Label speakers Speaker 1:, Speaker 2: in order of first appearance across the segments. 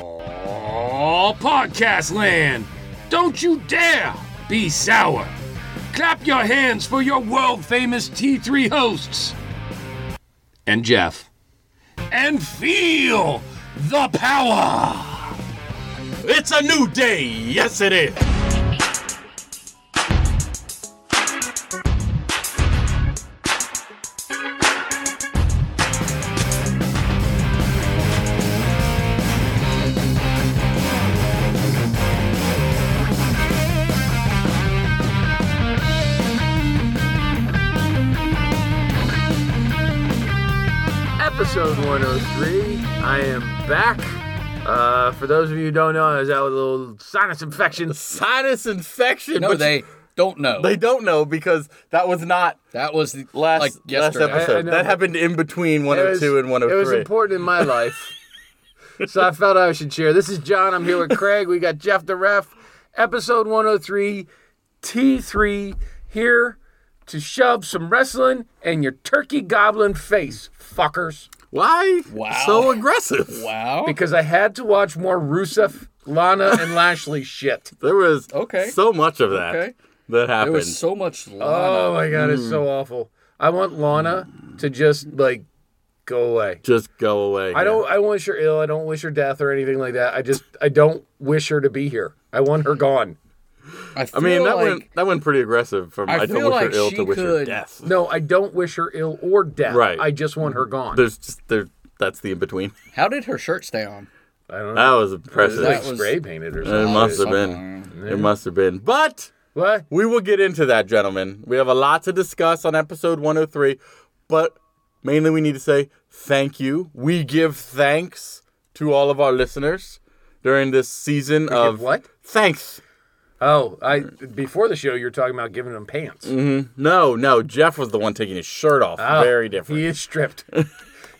Speaker 1: Oh, podcast land! Don't you dare be sour! Clap your hands for your world famous T3 hosts! And Jeff. And feel the power!
Speaker 2: It's a new day. Yes, it is.
Speaker 3: episode 103. I am back. Uh, for those of you who don't know, I was out with a little sinus infection.
Speaker 2: Sinus infection.
Speaker 4: No,
Speaker 2: but
Speaker 4: they
Speaker 2: you-
Speaker 4: don't know.
Speaker 2: they don't know because that was not
Speaker 4: that was the,
Speaker 2: last
Speaker 4: like yesterday.
Speaker 2: last episode.
Speaker 3: I- I know,
Speaker 2: that
Speaker 3: but-
Speaker 2: happened in between 102 and
Speaker 3: It
Speaker 2: 103.
Speaker 3: was important in my life. so I felt I should share. This is John. I'm here with Craig. We got Jeff the ref. Episode 103, T3, here to shove some wrestling in your turkey goblin face, fuckers.
Speaker 2: Why?
Speaker 4: Wow.
Speaker 2: So aggressive.
Speaker 4: Wow.
Speaker 3: Because I had to watch more Rusev, Lana, and Lashley shit.
Speaker 2: There was
Speaker 4: Okay.
Speaker 2: so much of that
Speaker 4: Okay.
Speaker 2: that happened. Uh,
Speaker 4: there was so much Lana.
Speaker 3: Oh my god, it's so awful. I want Lana to just like go away.
Speaker 2: Just go away.
Speaker 3: I don't. I wish her ill. I don't wish her death or anything like that. I just. I don't wish her to be here. I want her gone.
Speaker 4: I,
Speaker 2: I
Speaker 4: feel
Speaker 2: mean, that
Speaker 4: like,
Speaker 2: went that went pretty aggressive. From
Speaker 4: I
Speaker 2: I, don't
Speaker 4: feel
Speaker 2: wish
Speaker 4: like
Speaker 2: her ill
Speaker 4: she
Speaker 2: to wish her
Speaker 4: could-
Speaker 2: death.
Speaker 3: No, I don't wish her ill or death.
Speaker 2: Right.
Speaker 3: I just want her gone.
Speaker 2: There's just there. That's the in between.
Speaker 4: How did her shirt stay on?
Speaker 3: I don't know.
Speaker 2: That was impressive.
Speaker 4: That
Speaker 3: like
Speaker 4: was-
Speaker 3: spray painted or
Speaker 2: it
Speaker 3: something.
Speaker 2: must have
Speaker 4: something.
Speaker 2: been. It must have been. But
Speaker 3: What?
Speaker 2: We will get into that, gentlemen. We have a lot to discuss on episode 103, but mainly we need to say thank you. We give thanks to all of our listeners during this season of
Speaker 3: what?
Speaker 2: Thanks.
Speaker 3: Oh, I before the show you were talking about giving them pants.
Speaker 2: Mm-hmm. No, no, Jeff was the one taking his shirt off.
Speaker 3: Oh,
Speaker 2: Very different.
Speaker 3: He is stripped.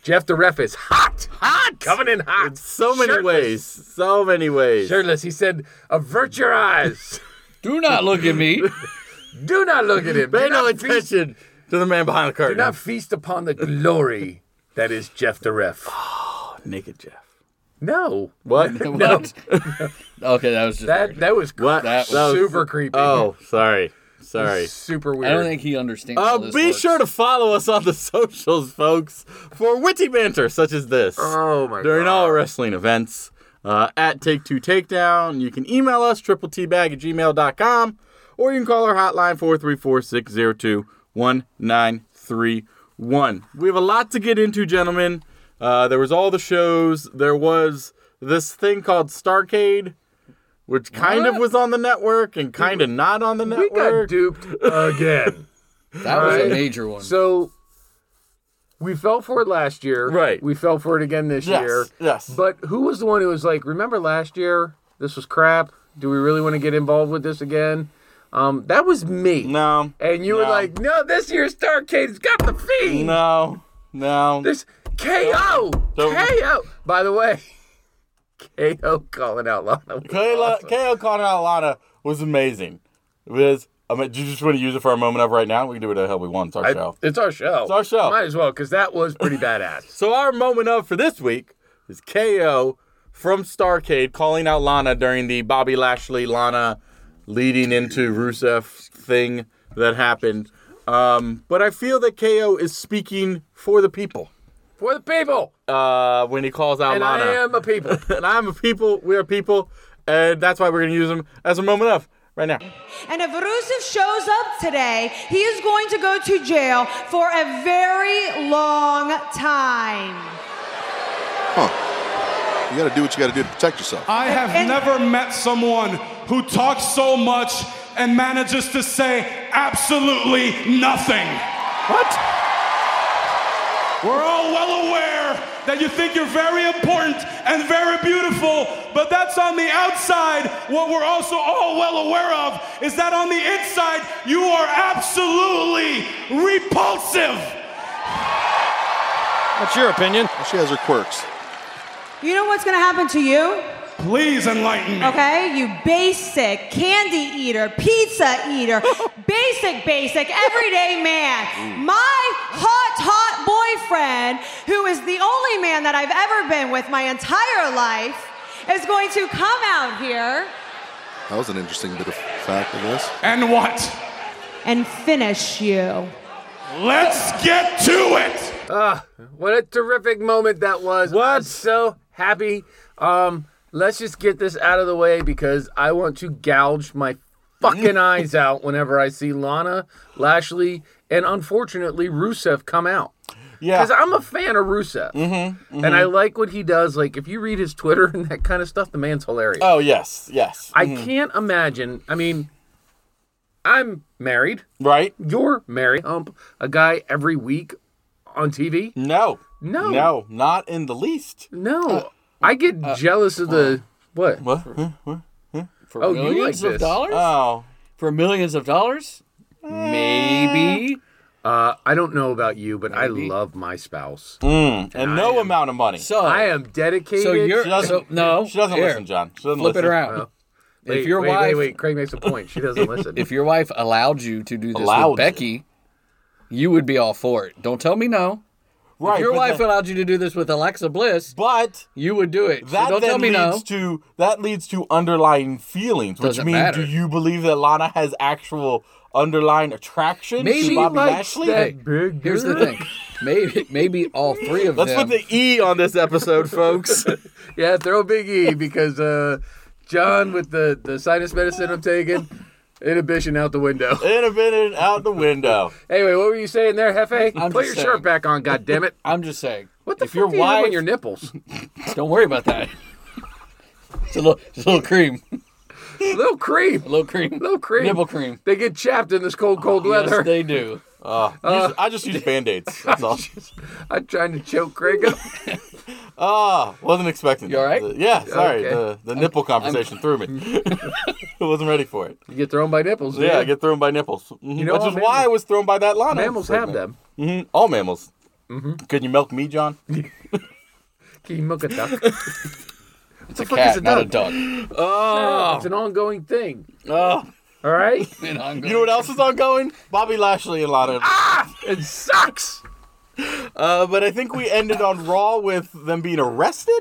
Speaker 3: Jeff the ref is hot, hot, coming in hot.
Speaker 2: So many
Speaker 3: Ah, Shirtless.
Speaker 2: ways. So many ways.
Speaker 3: Shirtless. He said, "Avert your eyes.
Speaker 4: Do not look at me.
Speaker 3: Do not look at him.
Speaker 2: Pay
Speaker 3: Do
Speaker 2: no
Speaker 3: not feast
Speaker 2: attention to the man behind the
Speaker 3: Do
Speaker 2: curtain.
Speaker 3: not feast upon the glory that is Jeff the Ref.
Speaker 2: naked Jeff.
Speaker 3: No,
Speaker 2: What?
Speaker 4: what? okay, that was just.
Speaker 3: that
Speaker 4: weird.
Speaker 3: that was cr-
Speaker 2: what?
Speaker 4: That
Speaker 2: was-
Speaker 3: super creepy.
Speaker 2: Oh, sorry. Sorry.
Speaker 3: super
Speaker 4: I
Speaker 3: weird.
Speaker 4: don't think he understands. how
Speaker 2: Uh,
Speaker 4: this
Speaker 2: be
Speaker 4: works.
Speaker 2: sure to follow us on the socials, folks, for witty banter such as this.
Speaker 3: oh my
Speaker 2: During
Speaker 3: god.
Speaker 2: all wrestling events, uh, at Take Two Takedown, you can email us, triple tbag at gmail.com, or you can call our hotline, 434 602 1931. We have a lot to get into, gentlemen. Uh, there was all the shows, there was this thing called Starcade. Which kind of
Speaker 4: What?
Speaker 2: was on the network and kind of not on the
Speaker 3: we
Speaker 2: network.
Speaker 3: got duped again.
Speaker 4: that was
Speaker 3: Alright.
Speaker 4: a major one.
Speaker 3: so we fell for it last year.
Speaker 2: Right.
Speaker 3: We fell for it again this
Speaker 2: Yes,
Speaker 3: year.
Speaker 2: yes.
Speaker 3: But who was the one who was like, "Remember last year? This was crap. Do we really want to get involved with this again?" Um, that was me.
Speaker 2: no.
Speaker 3: And you were
Speaker 2: No.
Speaker 3: like, "No, this year's Starcade's got the fiend."
Speaker 2: No, no.
Speaker 3: This KO,
Speaker 2: Don't-
Speaker 3: KO. By the way, KO calling out Lana.
Speaker 2: Kayla, KO calling out Lana was amazing. It was. I mean, do you just want to use it for a moment of right now? We can do it the hell we want. It's our
Speaker 3: I,
Speaker 2: show.
Speaker 3: it's our show. It's
Speaker 2: our show.
Speaker 3: Might as well, because that was pretty badass.
Speaker 2: So our moment of for this week is KO from Starcade calling out Lana during the Bobby Lashley Lana leading into Rusev thing that happened. Um, but I feel that KO is speaking for the people
Speaker 3: For the people.
Speaker 2: uh, when he calls out
Speaker 3: and
Speaker 2: Lana.
Speaker 3: I am a people.
Speaker 2: and I'm a people. We are people, and that's why we're gonna use them as a moment of right now.
Speaker 5: And if Rusev shows up today, he is going to go to jail for a very long time.
Speaker 6: You got to do what you got to do to protect yourself.
Speaker 7: I have
Speaker 5: And-
Speaker 7: never met someone who talks so much and manages to say absolutely nothing.
Speaker 2: What?
Speaker 7: We're all well aware that you think you're very important and very beautiful, but that's on the outside. What we're also all well aware of is that on the inside, you are absolutely repulsive.
Speaker 6: She has her quirks.
Speaker 5: You know what's going to happen to you?
Speaker 7: Please enlighten me.
Speaker 5: Okay? You basic candy eater, pizza eater, basic, basic, everyday man. My hot, hot boyfriend who is the only man that I've ever been with my entire life, is going to come out here
Speaker 6: That was an interesting bit of fact in this.
Speaker 7: And what?
Speaker 5: and finish you.
Speaker 7: Let's get to it!
Speaker 3: What a terrific moment that was.
Speaker 2: What?
Speaker 3: I'm so happy. Um, let's just get this out of the way because I want to gouge my fucking eyes out whenever I see Lana, Lashley, and unfortunately Rusev come out.
Speaker 2: Yeah.
Speaker 3: Because I'm a fan of Rusev.
Speaker 2: Mm-hmm,
Speaker 3: And I like what he does. Like, if you read his Twitter and that kind of stuff, the man's hilarious.
Speaker 2: oh yes, yes.
Speaker 3: I can't imagine. I mean, I'm married.
Speaker 2: right?
Speaker 3: You're married. Um, a guy every week on TV.
Speaker 2: No.
Speaker 3: No.
Speaker 2: No, not in the least.
Speaker 3: No,
Speaker 4: Uh,
Speaker 3: I get jealous of the what?
Speaker 2: What?
Speaker 4: For
Speaker 3: Oh, you like
Speaker 4: millions of
Speaker 3: this.
Speaker 4: dollars?
Speaker 2: Oh.
Speaker 4: for millions of dollars?
Speaker 2: Eh.
Speaker 4: Maybe.
Speaker 3: Uh, I don't know about you, but I love my spouse.
Speaker 2: And no amount of money.
Speaker 4: So
Speaker 3: I am dedicated.
Speaker 4: Mm. so you're
Speaker 2: She doesn't-
Speaker 4: so, no.
Speaker 2: She doesn't
Speaker 4: here,
Speaker 2: listen, John. She doesn't
Speaker 4: Flip
Speaker 2: listen.
Speaker 4: it around.
Speaker 3: Wait,
Speaker 4: if your
Speaker 3: wait,
Speaker 4: wife
Speaker 3: Wait, wait, Craig makes a point. She doesn't listen.
Speaker 4: if your wife allowed you to do this
Speaker 2: Allowed you.
Speaker 4: with Becky, you would be all for it. Don't tell me no.
Speaker 2: Right.
Speaker 4: if your
Speaker 2: but
Speaker 4: wife
Speaker 2: then-
Speaker 4: allowed you to do this with Alexa Bliss,
Speaker 2: but
Speaker 4: you would do it. So
Speaker 2: that
Speaker 4: don't
Speaker 2: then
Speaker 4: tell me
Speaker 2: leads
Speaker 4: no.
Speaker 2: to that leads to underlying feelings, which
Speaker 4: Doesn't
Speaker 2: means
Speaker 4: matter.
Speaker 2: do you believe that Lana has actual underlying attraction
Speaker 4: Maybe
Speaker 2: to Bobby
Speaker 3: likes
Speaker 2: Lashley?
Speaker 3: that
Speaker 4: Hey,
Speaker 3: big E
Speaker 4: Here's the
Speaker 3: girl.
Speaker 4: thing. Maybe maybe all three of
Speaker 2: Let's
Speaker 4: them.
Speaker 2: put the E on this episode, folks.
Speaker 3: Yeah, throw Big E because uh, John with the the sinus medicine I'm taking, inhibition out the window.
Speaker 2: In a minute, out the window.
Speaker 3: Anyway, what were you saying there, Hefe?
Speaker 4: I'm
Speaker 3: Put your
Speaker 4: just
Speaker 3: shirt
Speaker 4: saying.
Speaker 3: back on, goddammit.
Speaker 4: I'm just saying.
Speaker 3: What the
Speaker 4: if
Speaker 3: fuck
Speaker 4: your
Speaker 3: do you have
Speaker 4: wife,
Speaker 3: on your nipples?
Speaker 4: don't worry about that. It's a little, it's a little cream,
Speaker 3: little cream,
Speaker 4: a little cream,
Speaker 3: little cream.
Speaker 4: nipple cream. Oh,
Speaker 3: They get chapped in this cold, cold weather.
Speaker 4: Yes, they do.
Speaker 2: Use- I just use band aids. That's all.
Speaker 3: I'm trying to choke Craig up.
Speaker 2: Ah, wasn't expecting.
Speaker 4: You
Speaker 2: that.
Speaker 4: all right?
Speaker 2: The- yeah, sorry.
Speaker 3: Okay.
Speaker 2: The, the nipple conversation threw me. I wasn't ready for it.
Speaker 3: You get thrown by nipples.
Speaker 2: Yeah, I
Speaker 3: dude.
Speaker 2: get thrown by nipples, Mhm,
Speaker 3: know
Speaker 2: which
Speaker 3: all
Speaker 2: is why
Speaker 3: mammals-
Speaker 2: I was thrown by that Lana.
Speaker 3: mammals have them.
Speaker 2: hmm All mammals. Can you milk me, John?
Speaker 3: Can you milk a duck?
Speaker 4: It's a
Speaker 3: fuck
Speaker 4: cat,
Speaker 3: is a
Speaker 4: not a
Speaker 3: dog?
Speaker 4: dog. Oh.
Speaker 3: It's an ongoing thing. All right,
Speaker 4: And I'm
Speaker 2: You know what else is ongoing? Bobby Lashley and Lana.
Speaker 3: it sucks.
Speaker 2: Uh, but I think we ended on Raw with them being arrested.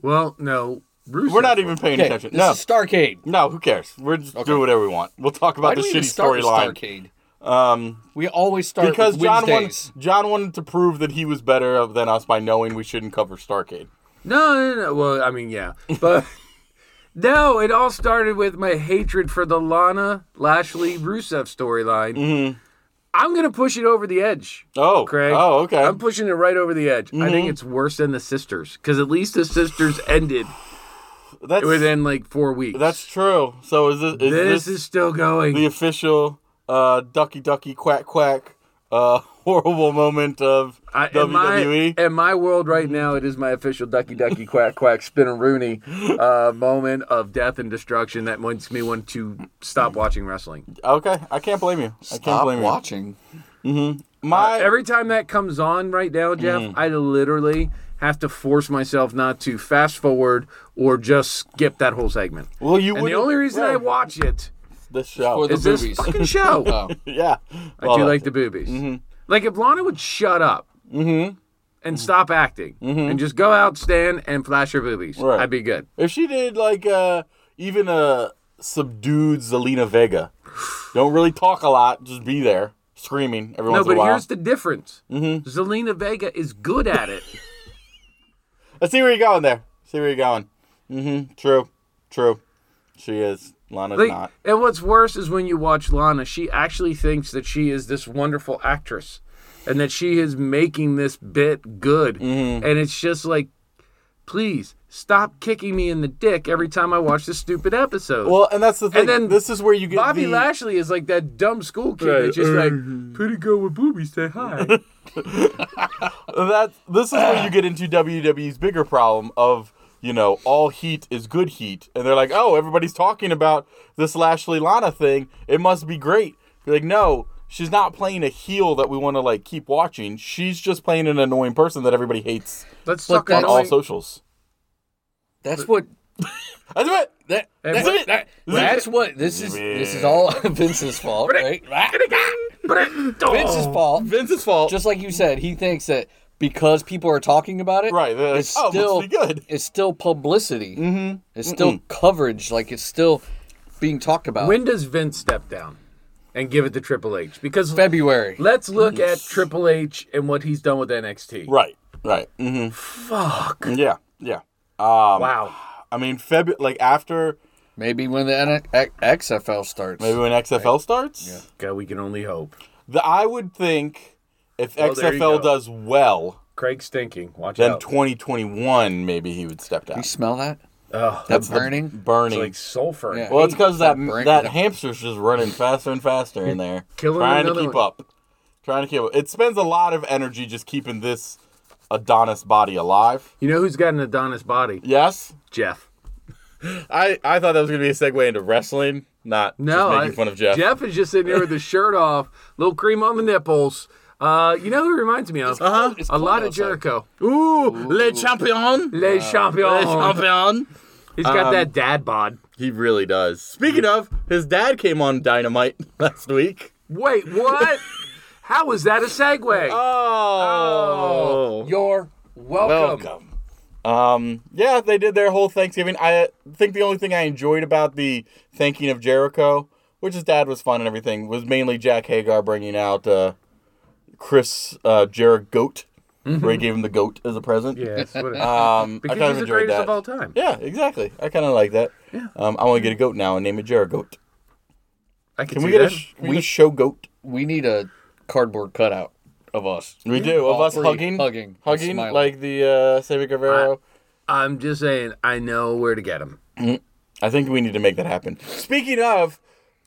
Speaker 3: Well, no, Bruce.
Speaker 2: We're not even paying
Speaker 4: Okay,
Speaker 2: attention.
Speaker 4: This
Speaker 2: No,
Speaker 4: is Starcade.
Speaker 2: no, who cares? We're just doing whatever we want. We'll talk
Speaker 4: Why
Speaker 2: about
Speaker 4: do
Speaker 2: the
Speaker 4: we even
Speaker 2: shitty
Speaker 4: start with
Speaker 2: storyline.
Speaker 4: Starcade? Um, we always start
Speaker 2: because
Speaker 4: with
Speaker 2: John wanted,
Speaker 4: Wednesdays.
Speaker 2: John wanted to prove that he was better than us by knowing we shouldn't cover Starcade.
Speaker 3: No, no, no. Well, I mean, yeah, but no, it all started with my hatred for the Lana Lashley Rusev storyline. I'm gonna push it over the edge.
Speaker 2: Oh,
Speaker 3: Craig.
Speaker 2: Mm-hmm. Oh, okay. Mm-hmm.
Speaker 3: I'm pushing it right over the edge. I think it's worse than the sisters because at least the sisters ended
Speaker 2: that's
Speaker 3: within like four weeks.
Speaker 2: that's true. So is this is
Speaker 3: this
Speaker 2: this,
Speaker 3: is still going.
Speaker 2: the official uh, ducky ducky quack quack uh, horrible moment of E?
Speaker 3: I, in my-
Speaker 2: WWE?
Speaker 3: in my world right now, it is my official ducky ducky quack quack spinneroony uh, moment of death and destruction that makes me want to stop watching wrestling.
Speaker 2: okay, I can't blame you. I can't blame you. Mm-hmm.
Speaker 4: watching.
Speaker 2: My
Speaker 3: Uh, Every time that comes on right now, Jeff,
Speaker 2: Mm.
Speaker 3: I literally have to force myself not to fast forward or just skip that whole segment.
Speaker 2: well, you
Speaker 3: And the
Speaker 2: wouldn't-
Speaker 3: only reason I
Speaker 2: yeah,
Speaker 3: watch it
Speaker 2: this show
Speaker 4: For the
Speaker 3: is this
Speaker 4: boobies.
Speaker 3: fucking show.
Speaker 2: Oh, yeah.
Speaker 3: I do like the boobies.
Speaker 2: Mm-hmm.
Speaker 3: Like if Lana would shut up and stop acting and just go out, stand, and flash her boobies,
Speaker 2: Mm-hmm. Right.
Speaker 3: I'd be good.
Speaker 2: If she did like uh even a subdued Zelina Vega, don't really talk a lot, just be there screaming every
Speaker 3: No,
Speaker 2: once
Speaker 3: but
Speaker 2: in a while. Mm-hmm.
Speaker 3: here's the difference. Zelina Vega is good at it.
Speaker 2: I see where you're going there. See where you're going. Mm-hmm. True. True. She is. Lana's
Speaker 3: Like,
Speaker 2: not.
Speaker 3: and what's worse is when you watch Lana, she actually thinks that she is this wonderful actress and that she is making this bit good.
Speaker 2: Mm-hmm.
Speaker 3: And it's just like, please stop kicking me in the dick every time I watch this stupid episode.
Speaker 2: Well, and that's the thing.
Speaker 3: then
Speaker 2: this is where you get
Speaker 3: Bobby
Speaker 2: the,
Speaker 3: Lashley is like that dumb school kid that's just like, pretty girl with boobies, say hi.
Speaker 2: that this is where you get into WWE's bigger problem of you know all heat is good heat, and they're like, oh, everybody's talking about this Lashley Lana thing. It must be great. You're like, no, she's not playing a heel that we want to like keep watching. She's just playing an annoying person that everybody hates
Speaker 3: Let's
Speaker 4: But
Speaker 3: talk
Speaker 2: on
Speaker 4: that's
Speaker 2: all
Speaker 3: annoying.
Speaker 2: socials.
Speaker 4: That's what.
Speaker 2: That's it.
Speaker 4: That,
Speaker 3: And
Speaker 4: that-
Speaker 3: what-
Speaker 4: that- that's what this is. This is all Vince's fault, right? Vince's fault. Oh.
Speaker 2: Vince's fault.
Speaker 4: Just like you said, he thinks that because people are talking about it.
Speaker 2: Right, they're like,
Speaker 4: It's
Speaker 2: "Oh, it must
Speaker 4: still
Speaker 2: be good."
Speaker 4: It's still publicity. Mm-hmm. It's still coverage. Like it's still being talked about.
Speaker 3: When does Vince step down and give it to Triple H? Because
Speaker 4: February.
Speaker 3: let's look at Triple H and what he's done with NXT.
Speaker 2: Right. Right. Mm-hmm,
Speaker 3: Fuck.
Speaker 2: Yeah. Yeah.
Speaker 3: Wow.
Speaker 2: I mean, Feb like after
Speaker 4: Maybe when the N- X- XFL starts.
Speaker 2: maybe when XFL starts.
Speaker 3: God, we can only hope.
Speaker 2: The, I would think if
Speaker 3: Oh, there you
Speaker 2: XFL
Speaker 3: go.
Speaker 2: does well,
Speaker 3: Craig's thinking. Watch
Speaker 2: then
Speaker 3: out.
Speaker 2: 2021 maybe he would step down.
Speaker 4: You smell that?
Speaker 3: Ugh,
Speaker 4: That burning?
Speaker 3: it's
Speaker 2: Burning.
Speaker 3: like sulfur.
Speaker 4: Yeah.
Speaker 2: well, it's because that
Speaker 4: that
Speaker 2: that,
Speaker 4: burn-
Speaker 2: hamster's just running faster and faster in there,
Speaker 3: Killing
Speaker 2: trying to
Speaker 3: another
Speaker 2: keep
Speaker 3: one.
Speaker 2: up, trying to keep up. It spends a lot of energy just keeping this Adonis body alive.
Speaker 3: You know who's got an Adonis body?
Speaker 2: Yes,
Speaker 3: Jeff.
Speaker 2: I I thought that was gonna be a segue into wrestling, not
Speaker 3: No,
Speaker 2: just making
Speaker 3: I-
Speaker 2: fun of Jeff.
Speaker 3: Jeff is just sitting there with his shirt off, little cream on the nipples. Uh, you know who he reminds me of? Uh-huh.
Speaker 4: it's
Speaker 3: A lot
Speaker 4: cold
Speaker 3: of Jericho.
Speaker 2: Ooh, le champion,
Speaker 3: Les champions.
Speaker 2: champion.
Speaker 3: He's got
Speaker 2: Um,
Speaker 3: that dad bod.
Speaker 2: He really does. Speaking of, his dad came on Dynamite last week.
Speaker 3: Wait, what? How is that a segue?
Speaker 2: Uh, Oh.
Speaker 4: You're
Speaker 3: welcome.
Speaker 2: Um, yeah, they did their whole Thanksgiving. I think the only thing I enjoyed about the thanking of Jericho, which his dad was fun and everything, was mainly Jack Hagar bringing out uh, Chris uh, Jericho goat, where he gave him the goat as a present.
Speaker 3: Yes. What a-
Speaker 2: Um, I
Speaker 3: Mm-hmm. because
Speaker 2: kind
Speaker 3: he's
Speaker 2: of
Speaker 3: the
Speaker 2: enjoyed
Speaker 3: greatest
Speaker 2: that.
Speaker 3: of all time.
Speaker 2: Yeah, exactly. I kind of like that. Yeah. Um, I want to get a goat now and name it Jericho goat.
Speaker 3: I can,
Speaker 2: Can
Speaker 3: see
Speaker 2: we get a,
Speaker 3: that.
Speaker 2: sh- can we get a show goat?
Speaker 4: We need a cardboard cutout of us.
Speaker 2: We do of
Speaker 4: All
Speaker 2: us
Speaker 4: three,
Speaker 2: hugging,
Speaker 4: hugging, and
Speaker 2: hugging
Speaker 4: smiling.
Speaker 2: like the uh, Sammy Guevara.
Speaker 3: I'm just saying, I know where to get him.
Speaker 2: I think we need to make that happen. Speaking of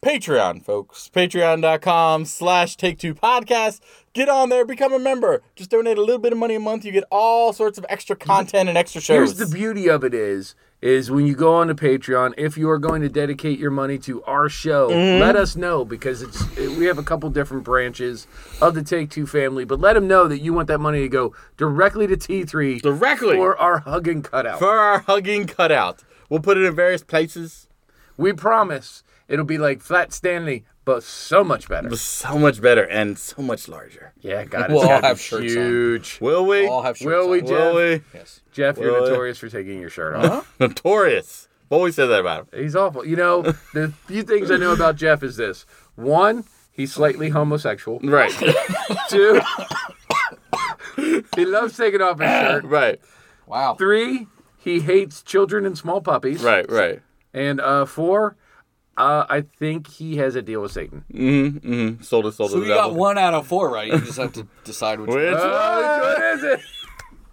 Speaker 2: Patreon, folks, patreon.com slash take two podcast. Get on there, become a member. Just donate a little bit of money a month. You get all sorts of extra content and extra shows.
Speaker 3: Here's the beauty of it is is when you go on to Patreon, if you are going to dedicate your money to our show,
Speaker 4: Mm-hmm.
Speaker 3: let us know because it's we have a couple different branches of the Take Two family, but let them know that you want that money to go directly to T3
Speaker 2: Directly.
Speaker 3: for our hug and cutout.
Speaker 2: For our hugging cutout, we'll put it in various places.
Speaker 3: we promise it'll be like Flat Stanley, but so much better.
Speaker 2: So much better and so much larger.
Speaker 3: Yeah, God, it's
Speaker 4: We'll all
Speaker 3: gotta be
Speaker 4: have shirts on.
Speaker 3: huge.
Speaker 2: Will we?
Speaker 4: All have shirts
Speaker 3: Will we,
Speaker 4: on.
Speaker 3: Jeff?
Speaker 2: Will we?
Speaker 3: Jeff, you're
Speaker 2: Will it?
Speaker 3: notorious for taking your shirt
Speaker 4: Uh-huh.
Speaker 3: off.
Speaker 2: Notorious. I've Always said that about him.
Speaker 3: He's awful. You know, the few things I know about Jeff is this: one, he's slightly homosexual.
Speaker 2: Right.
Speaker 3: Two, he loves taking off his shirt.
Speaker 2: right.
Speaker 4: Wow.
Speaker 3: Three, he hates children and small puppies.
Speaker 2: Right. Right.
Speaker 3: And uh, four, uh, I think he has a deal with Satan.
Speaker 2: Sold us, sold to the
Speaker 4: So we got
Speaker 2: devil.
Speaker 4: one out of four, right? You just have to decide which.
Speaker 2: Which
Speaker 4: one.
Speaker 3: Oh, which one is it?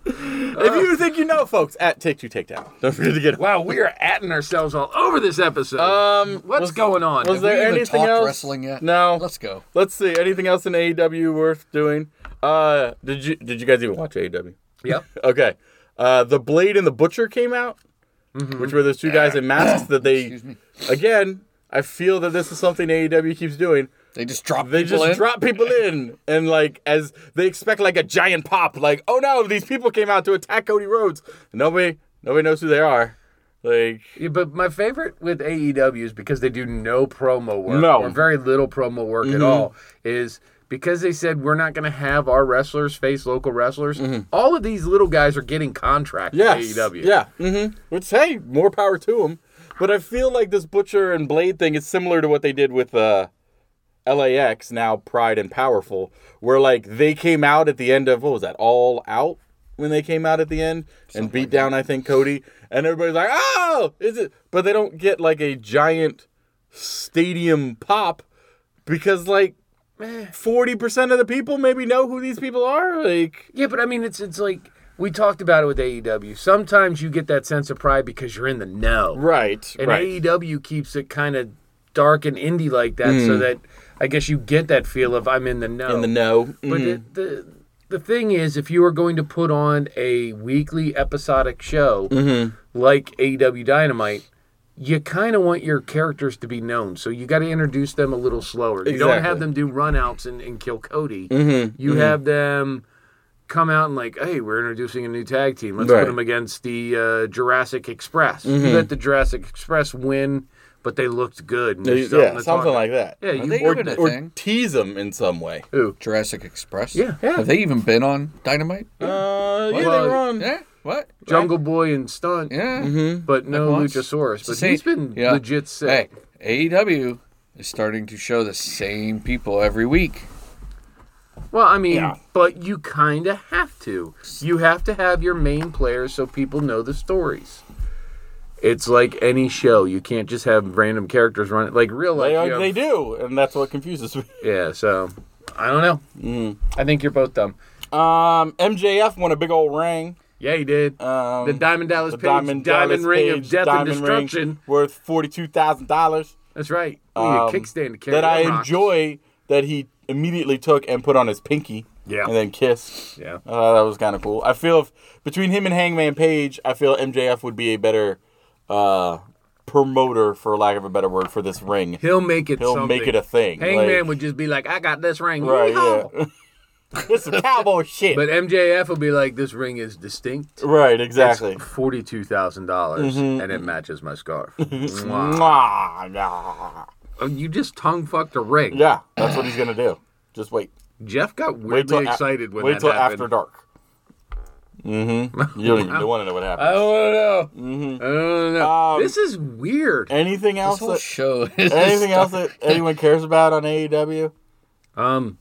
Speaker 2: If you think you know, folks, at Take Two Takedown. Don't forget to get
Speaker 3: Wow, we are atting ourselves all over this episode.
Speaker 2: Um,
Speaker 3: What's going on?
Speaker 2: Was
Speaker 4: we
Speaker 2: there
Speaker 4: even
Speaker 2: anything
Speaker 4: talked
Speaker 2: else?
Speaker 4: wrestling yet?
Speaker 2: No.
Speaker 4: Let's go.
Speaker 2: Let's see. Anything else in AEW worth doing? Uh, did you did you guys even watch AEW?
Speaker 3: yep.
Speaker 2: Okay. Uh, the Blade and the Butcher came out, which were those two guys in masks that they.
Speaker 4: Mm-hmm. Excuse me.
Speaker 2: Again, I feel that this is something AEW keeps doing.
Speaker 4: They just drop
Speaker 2: They
Speaker 4: people
Speaker 2: just
Speaker 4: in.
Speaker 2: drop people in, and like as they expect like a giant pop, like oh no, these people came out to attack Cody Rhodes. Nobody, nobody knows who they are. Like
Speaker 3: Yeah, but my favorite with AEW is because they do no promo work
Speaker 2: No. Mm-hmm.
Speaker 3: or very little promo work at all. Is because they said we're not going to have our wrestlers face local wrestlers. All of these little guys are getting contracts
Speaker 2: Mm-hmm.
Speaker 3: E
Speaker 2: Yes.
Speaker 3: with AEW.
Speaker 2: Yeah. Mm-hmm. Which hey, more power to them. But I feel like this Butcher and Blade thing is similar to what they did with uh, LAX now Pride and Powerful, where like they came out at the end of what was that All Out when they came out at the end and beat down I think Cody and everybody's like oh is it but they don't get like a giant stadium pop because like. 40% of the people maybe know who these people are like
Speaker 3: yeah, but I mean, it's it's like we talked about it with AEW. Sometimes you get that sense of pride because you're in the know,
Speaker 2: right
Speaker 3: and AEW keeps it kind of dark and indie like that, so that I guess you get that feel of I'm in the know.
Speaker 2: Hmm. in the know
Speaker 3: But
Speaker 2: Mm-hmm.
Speaker 3: the, the the thing is, if you are going to put on a weekly episodic show
Speaker 2: Mm-hmm.
Speaker 3: like AEW Dynamite, you kind of want your characters to be known. So you got to introduce them a little slower. You don't
Speaker 2: Exactly. Mm-hmm.
Speaker 3: have them do runouts and, and kill Cody. You have them come out and like, hey, we're introducing a new tag team. Let's put
Speaker 2: Right. Mm-hmm.
Speaker 3: them against the uh, Jurassic Express. You let the Jurassic Express win but they looked good. and
Speaker 2: Yeah,
Speaker 3: there's
Speaker 2: something,
Speaker 3: to talk
Speaker 2: like that.
Speaker 3: Yeah, you
Speaker 4: they
Speaker 3: or,
Speaker 4: good at
Speaker 2: or
Speaker 4: thing?
Speaker 2: tease them in some way.
Speaker 3: who?
Speaker 4: Jurassic Express.
Speaker 3: Yeah, yeah.
Speaker 4: Have they even been on Dynamite?
Speaker 2: Uh, yeah,
Speaker 3: Well,
Speaker 2: they were on.
Speaker 4: Yeah. What?
Speaker 3: Jungle Boy and Stunt,
Speaker 4: Yeah.
Speaker 3: but no
Speaker 4: Like once.
Speaker 3: Luchasaurus.
Speaker 4: It's the
Speaker 3: But
Speaker 4: same-
Speaker 3: he's been
Speaker 4: yeah.
Speaker 3: legit
Speaker 4: Hey,
Speaker 3: sick.
Speaker 4: AEW is starting to show the same people every week.
Speaker 3: Well, I mean, but you kind of have to. You have to have your main players so people know the stories. It's like any show. You can't just have random characters run it. Like real life.
Speaker 2: They, are,
Speaker 3: you have-
Speaker 2: they do, and that's what confuses me.
Speaker 3: Yeah, so I don't know.
Speaker 2: Mm.
Speaker 3: I think you're both dumb.
Speaker 2: Um, MJF won a big old ring.
Speaker 3: Yeah, he did.
Speaker 2: Um,
Speaker 3: the Diamond Dallas
Speaker 2: the
Speaker 3: Page Diamond, Ring
Speaker 2: Page
Speaker 3: of Death
Speaker 2: diamond
Speaker 3: and
Speaker 2: ring
Speaker 3: Destruction.
Speaker 2: worth forty-two thousand dollars
Speaker 3: That's right. We need
Speaker 2: Um,
Speaker 3: a kickstand to carry
Speaker 2: that I
Speaker 3: them rocks.
Speaker 2: enjoy. That he immediately took and put on his pinky.
Speaker 3: Yeah.
Speaker 2: and then kissed.
Speaker 3: Yeah.
Speaker 2: uh, that was kind of cool. I feel if, between him and Hangman Page, I feel MJF would be a better uh, promoter, for lack of a better word, for this ring.
Speaker 3: He'll make it.
Speaker 2: He'll
Speaker 3: something.
Speaker 2: make it a thing.
Speaker 3: Hangman
Speaker 2: like-
Speaker 3: would just be like, "I got this ring."
Speaker 2: right.
Speaker 3: Yeehaw!
Speaker 2: Yeah. this is cowboy shit.
Speaker 3: But MJF will be like, "This ring is distinct."
Speaker 2: right. Exactly. Mm-hmm.
Speaker 3: Forty-two dollars, and it matches my scarf. Mwah.
Speaker 2: Mwah, nah.
Speaker 3: Oh, you just tongue fucked a ring.
Speaker 2: Yeah, that's what he's gonna do. Just wait.
Speaker 3: Jeff got
Speaker 2: Wait
Speaker 3: weirdly
Speaker 2: till a-
Speaker 3: excited when
Speaker 2: wait
Speaker 3: that
Speaker 2: till
Speaker 3: happened.
Speaker 2: after dark. Mm-hmm. You don't even want to know what happened.
Speaker 3: I don't know. I don't know.
Speaker 2: Um,
Speaker 3: this is weird.
Speaker 2: anything else?
Speaker 4: This whole
Speaker 2: That,
Speaker 4: show is
Speaker 2: anything else that anyone cares about on AEW?
Speaker 3: Um,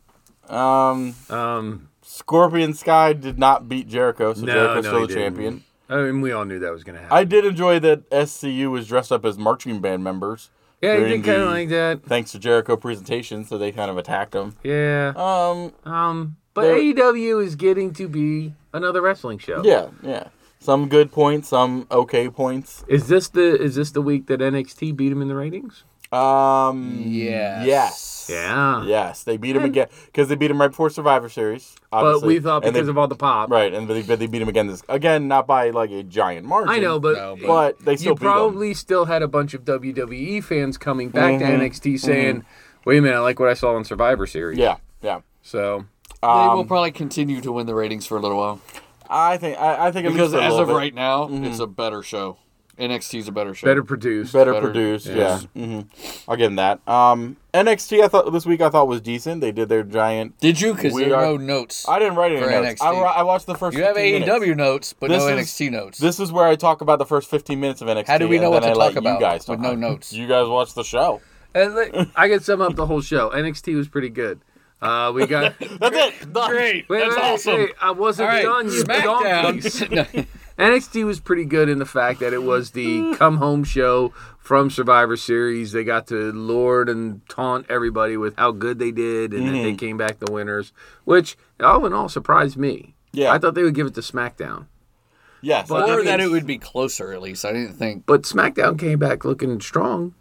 Speaker 2: Um,
Speaker 3: um.
Speaker 2: Scorpion Sky did not beat Jericho, so
Speaker 3: No,
Speaker 2: Jericho's
Speaker 3: no,
Speaker 2: still
Speaker 3: he
Speaker 2: the
Speaker 3: didn't.
Speaker 2: champion.
Speaker 3: I mean, we all knew that was gonna happen.
Speaker 2: I did enjoy that SCU was dressed up as marching band members.
Speaker 3: yeah, you
Speaker 2: during
Speaker 3: did kind
Speaker 2: the
Speaker 3: of like that.
Speaker 2: Thanks to Jericho presentation, so they kind of attacked him.
Speaker 3: Yeah.
Speaker 2: Um,
Speaker 3: Um, but
Speaker 2: There-
Speaker 3: AEW is getting to be another wrestling show.
Speaker 2: yeah, yeah. Some good points, some okay points.
Speaker 3: Is this the is this the week that NXT beat him in the ratings?
Speaker 2: Um,
Speaker 4: Yes.
Speaker 2: yes,
Speaker 3: Yeah.
Speaker 2: Yes, they beat him again because they beat him right before Survivor Series.
Speaker 3: But
Speaker 2: Obviously.
Speaker 3: we thought
Speaker 2: And they-
Speaker 3: because of all the pop.
Speaker 2: right, and they, but they beat him again this again, not by like a giant margin.
Speaker 3: I know, but,
Speaker 4: No,
Speaker 2: but they still
Speaker 3: you
Speaker 2: beat 'em.
Speaker 3: probably still had a bunch of WWE fans coming back
Speaker 2: Mm-hmm.
Speaker 3: to NXT saying, "Wait a minute, I like what I saw on Survivor Series."
Speaker 2: Yeah, yeah.
Speaker 3: So
Speaker 4: they will probably continue to win the ratings for a little while
Speaker 2: I think I, I think at least
Speaker 4: because
Speaker 2: for a
Speaker 4: as
Speaker 2: little
Speaker 4: of
Speaker 2: bit.
Speaker 4: right now, it's a better show. NXT is a better show.
Speaker 3: better produced.
Speaker 2: better,
Speaker 4: better.
Speaker 2: produced. Yeah, hmm I'll give him that. Um, NXT, I thought this week I thought was decent. They did their giant.
Speaker 4: Did you? Because
Speaker 2: We
Speaker 4: there
Speaker 2: are-
Speaker 4: are no notes.
Speaker 2: I didn't write any
Speaker 4: For
Speaker 2: notes. I,
Speaker 4: NXT.
Speaker 2: wa- I watched the first.
Speaker 4: you have E
Speaker 2: 15
Speaker 4: AEW
Speaker 2: minutes.
Speaker 4: notes, but
Speaker 2: This
Speaker 4: no
Speaker 2: is-
Speaker 4: NXT notes.
Speaker 2: This is where I talk about the first 15 minutes of NXT.
Speaker 4: How do we
Speaker 2: and
Speaker 4: know what
Speaker 2: then
Speaker 4: to
Speaker 2: I
Speaker 4: talk
Speaker 2: let
Speaker 4: about
Speaker 2: you guys talk.
Speaker 4: with no notes?
Speaker 2: You guys watch the show.
Speaker 3: And like, I could sum up the whole show. NXT was pretty good. Uh, we got. wait,
Speaker 2: That's it. Done.
Speaker 4: Great.
Speaker 3: wait,
Speaker 4: That's
Speaker 3: wait,
Speaker 4: awesome.
Speaker 3: wait, I wasn't done. You donkeys.
Speaker 4: SmackDown.
Speaker 3: NXT was pretty good in the fact that it was the come home show from Survivor Series. They got to lord and taunt everybody with how good they did and that
Speaker 4: Mm-hmm.
Speaker 3: they came back the winners, which all in all surprised me.
Speaker 2: Yeah.
Speaker 3: I thought they would give it to SmackDown.
Speaker 2: Yes.
Speaker 3: But-
Speaker 4: or that it would be closer, at least. I didn't think.
Speaker 3: But SmackDown came back looking strong.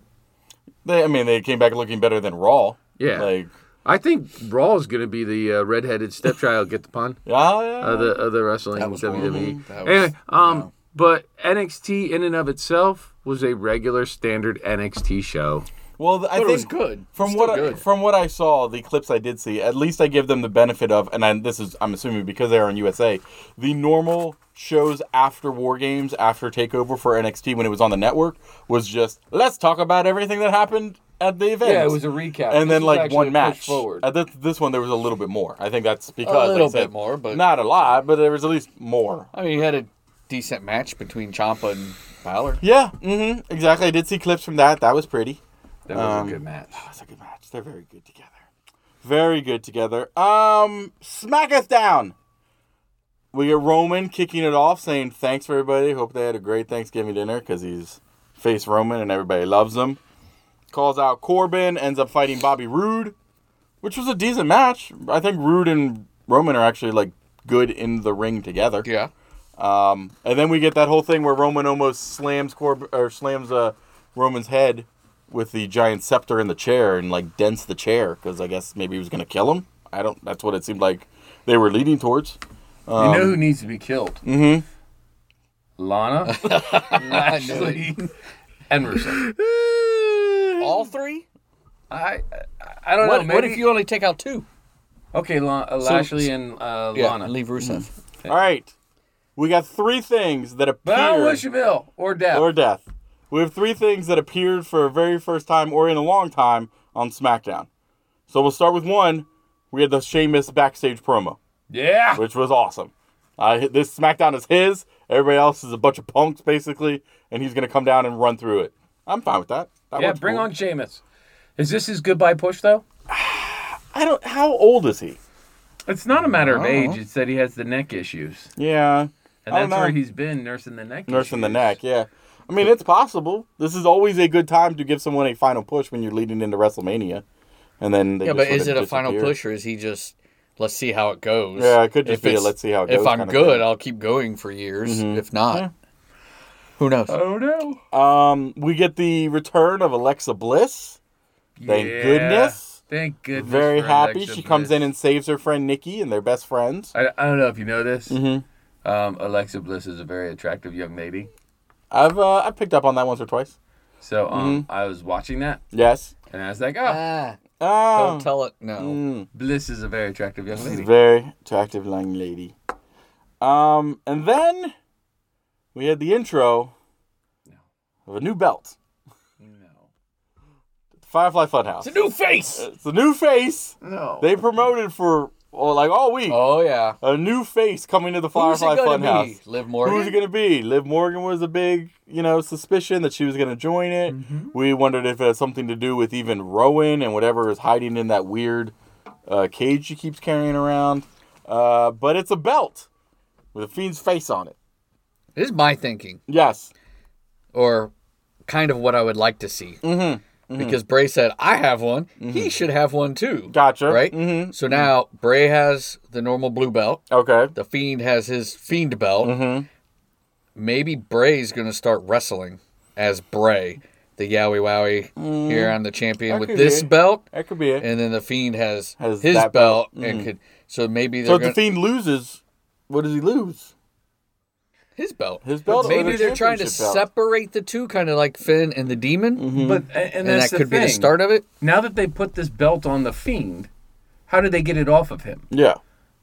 Speaker 2: They, I mean, they came back looking better than Raw.
Speaker 3: Yeah.
Speaker 2: Like,
Speaker 3: I think Raw is going to be the uh, redheaded stepchild, get the pun,
Speaker 2: yeah, yeah.
Speaker 3: of the, of the wrestling
Speaker 4: That was
Speaker 3: WWE.
Speaker 4: horrible. That was-
Speaker 3: anyway, um, But NXT in and of itself was a regular standard NXT show.
Speaker 2: well, th- I
Speaker 4: But
Speaker 2: think
Speaker 4: it was good.
Speaker 2: From
Speaker 4: Still
Speaker 2: what I,
Speaker 4: good.
Speaker 2: from what I saw, the clips I did see, at least I give them the benefit of, and I, this is I'm assuming because they are on USA, the normal shows after War Games, after Takeover for NXT when it was on the network was just let's talk about everything that happened at the event.
Speaker 3: Yeah, it was a recap.
Speaker 2: and
Speaker 3: This was
Speaker 2: then like
Speaker 3: actually a
Speaker 2: one
Speaker 3: push
Speaker 2: match.
Speaker 3: forward.
Speaker 2: At this, this one there was a little bit more. I think that's because
Speaker 4: little
Speaker 2: like I said,
Speaker 4: bit more, but-
Speaker 2: not a lot, but there was at least more.
Speaker 4: I mean, you had a decent match between Champa and Balor.
Speaker 2: Yeah, mm-hmm, exactly. I did see clips from that. That was pretty.
Speaker 3: That was
Speaker 2: Um,
Speaker 3: a good match.
Speaker 2: That's a good match. They're very good together. Very good together. Um, smack us down. We get Roman kicking it off, saying thanks for everybody. Hope they had a great Thanksgiving dinner because he's face Roman and everybody loves him. Calls out Corbin, ends up fighting Bobby Roode, which was a decent match. I think Roode and Roman are actually like good in the ring together.
Speaker 4: Yeah.
Speaker 2: Um, and then we get that whole thing where Roman almost slams Corb or slams uh, Roman's head with the giant scepter in the chair and like dents the chair because I guess maybe he was gonna kill him. I don't. That's what it seemed like they were leading towards.
Speaker 3: you
Speaker 2: Um,
Speaker 3: know who needs to be killed? Mm-hmm. Lana, Lashley, and Rusev.
Speaker 4: All three?
Speaker 3: I I don't
Speaker 4: What,
Speaker 3: know. Maybe
Speaker 4: what if you only take out two?
Speaker 3: okay? La- uh, Lashley and uh, Lana.
Speaker 4: leave Rusev.
Speaker 2: Mm-hmm. All right, we got three things that appear
Speaker 3: Bow, wish you will, or death.
Speaker 2: or death We have three things that appeared for a very first time or in a long time on SmackDown. So we'll start with one. We had the Sheamus backstage promo,
Speaker 1: Yeah.
Speaker 2: which was awesome. Uh, this SmackDown is his. Everybody else is a bunch of punks, basically, and he's going to come down and run through it. I'm fine with that. that
Speaker 3: Yeah,
Speaker 2: works
Speaker 3: bring
Speaker 2: cool.
Speaker 3: on Sheamus. Is this his goodbye push though?
Speaker 2: I don't. How old is he?
Speaker 3: It's not a matter of age. It's that he has the neck issues,
Speaker 2: Yeah,
Speaker 3: and
Speaker 2: I don't
Speaker 3: that's where
Speaker 2: know.
Speaker 3: he's been nursing the neck.
Speaker 2: nursing the
Speaker 3: issues.
Speaker 2: neck. Yeah, I mean it's possible. This is always a good time to give someone a final push when you're leading into WrestleMania, and then they
Speaker 4: Yeah,
Speaker 2: just
Speaker 4: but
Speaker 2: sort
Speaker 4: is
Speaker 2: of
Speaker 4: it a final
Speaker 2: disappear.
Speaker 4: push or is he just let's see how it goes?
Speaker 2: Yeah, it could just
Speaker 4: If
Speaker 2: be a
Speaker 4: it's-
Speaker 2: let's see how it
Speaker 4: If
Speaker 2: goes
Speaker 4: I'm
Speaker 2: kind of
Speaker 4: good,
Speaker 2: thing. Mm-hmm.
Speaker 4: I'll keep going for years. If not, who knows?
Speaker 3: Oh no!
Speaker 2: Um, we get the return of Alexa Bliss. Thank
Speaker 3: Yeah.
Speaker 2: goodness.
Speaker 3: Thank goodness.
Speaker 2: Very
Speaker 3: for
Speaker 2: happy.
Speaker 3: Alexa
Speaker 2: she comes
Speaker 3: Bliss.
Speaker 2: in and saves her friend Nikki, and Mm-hmm. they're best friends.
Speaker 3: I, I don't know if you know this. Um, Alexa Bliss is a very attractive young lady.
Speaker 2: I've uh, I picked up on that once or twice.
Speaker 3: So
Speaker 2: Mm-hmm.
Speaker 3: um, I was watching that,
Speaker 2: Yes.
Speaker 3: and I was like, "Oh,
Speaker 4: Ah,
Speaker 2: Oh,
Speaker 4: don't tell it. No.
Speaker 2: Mm.
Speaker 3: Bliss is a very attractive young lady."
Speaker 2: very attractive young lady. Um, and then we had the intro of a new belt.
Speaker 3: No,
Speaker 2: Firefly Funhouse.
Speaker 1: New face.
Speaker 2: It's a new face.
Speaker 3: no.
Speaker 2: They promoted for well, like all week.
Speaker 4: Mm. Oh yeah.
Speaker 2: A new face coming to the
Speaker 4: Who's
Speaker 2: Firefly
Speaker 4: it gonna
Speaker 2: Funhouse.
Speaker 4: be?
Speaker 2: Who's
Speaker 4: Liv
Speaker 2: it
Speaker 4: Morgan.
Speaker 2: going to be? Liv Morgan was a big, you know, suspicion that she was going to join it. We wondered if it had something to do with even Rowan and whatever is hiding in that weird uh, cage she keeps carrying around. Uh, but it's a belt with a fiend's face on it.
Speaker 4: This is my thinking,
Speaker 2: Yes.
Speaker 4: or kind of what I would like to see. Mm-hmm. Because Bray said I have one,
Speaker 2: Mm-hmm.
Speaker 4: he should have one too.
Speaker 2: Gotcha.
Speaker 4: Right.
Speaker 2: Mhm.
Speaker 4: So now Bray has the normal blue belt.
Speaker 2: Okay.
Speaker 4: The Fiend has his Fiend belt.
Speaker 2: Mm-hmm.
Speaker 4: Maybe Bray's going to start wrestling as Bray, the Yowie Wowie. Here I'm the champion
Speaker 2: Mm. That
Speaker 4: with
Speaker 2: could
Speaker 4: this
Speaker 2: be.
Speaker 4: belt,
Speaker 2: That could be it.
Speaker 4: and then the Fiend has,
Speaker 2: Has
Speaker 4: his
Speaker 2: that
Speaker 4: belt,
Speaker 2: belt. Mm.
Speaker 4: and could so maybe
Speaker 2: so
Speaker 4: they're
Speaker 2: if the
Speaker 4: going
Speaker 2: fiend loses, what does he lose?
Speaker 4: his belt.
Speaker 2: His belt. or
Speaker 4: Maybe
Speaker 2: the
Speaker 4: they're trying to
Speaker 2: championship belt? Mm-hmm.
Speaker 4: separate the two, kind of like Finn and the Demon,
Speaker 3: But and, and,
Speaker 4: and
Speaker 3: that's
Speaker 4: that
Speaker 3: the
Speaker 4: could be the
Speaker 3: thing.
Speaker 4: start of it.
Speaker 3: Now that they put this belt on the Fiend, how do they get it off of him?
Speaker 2: Yeah.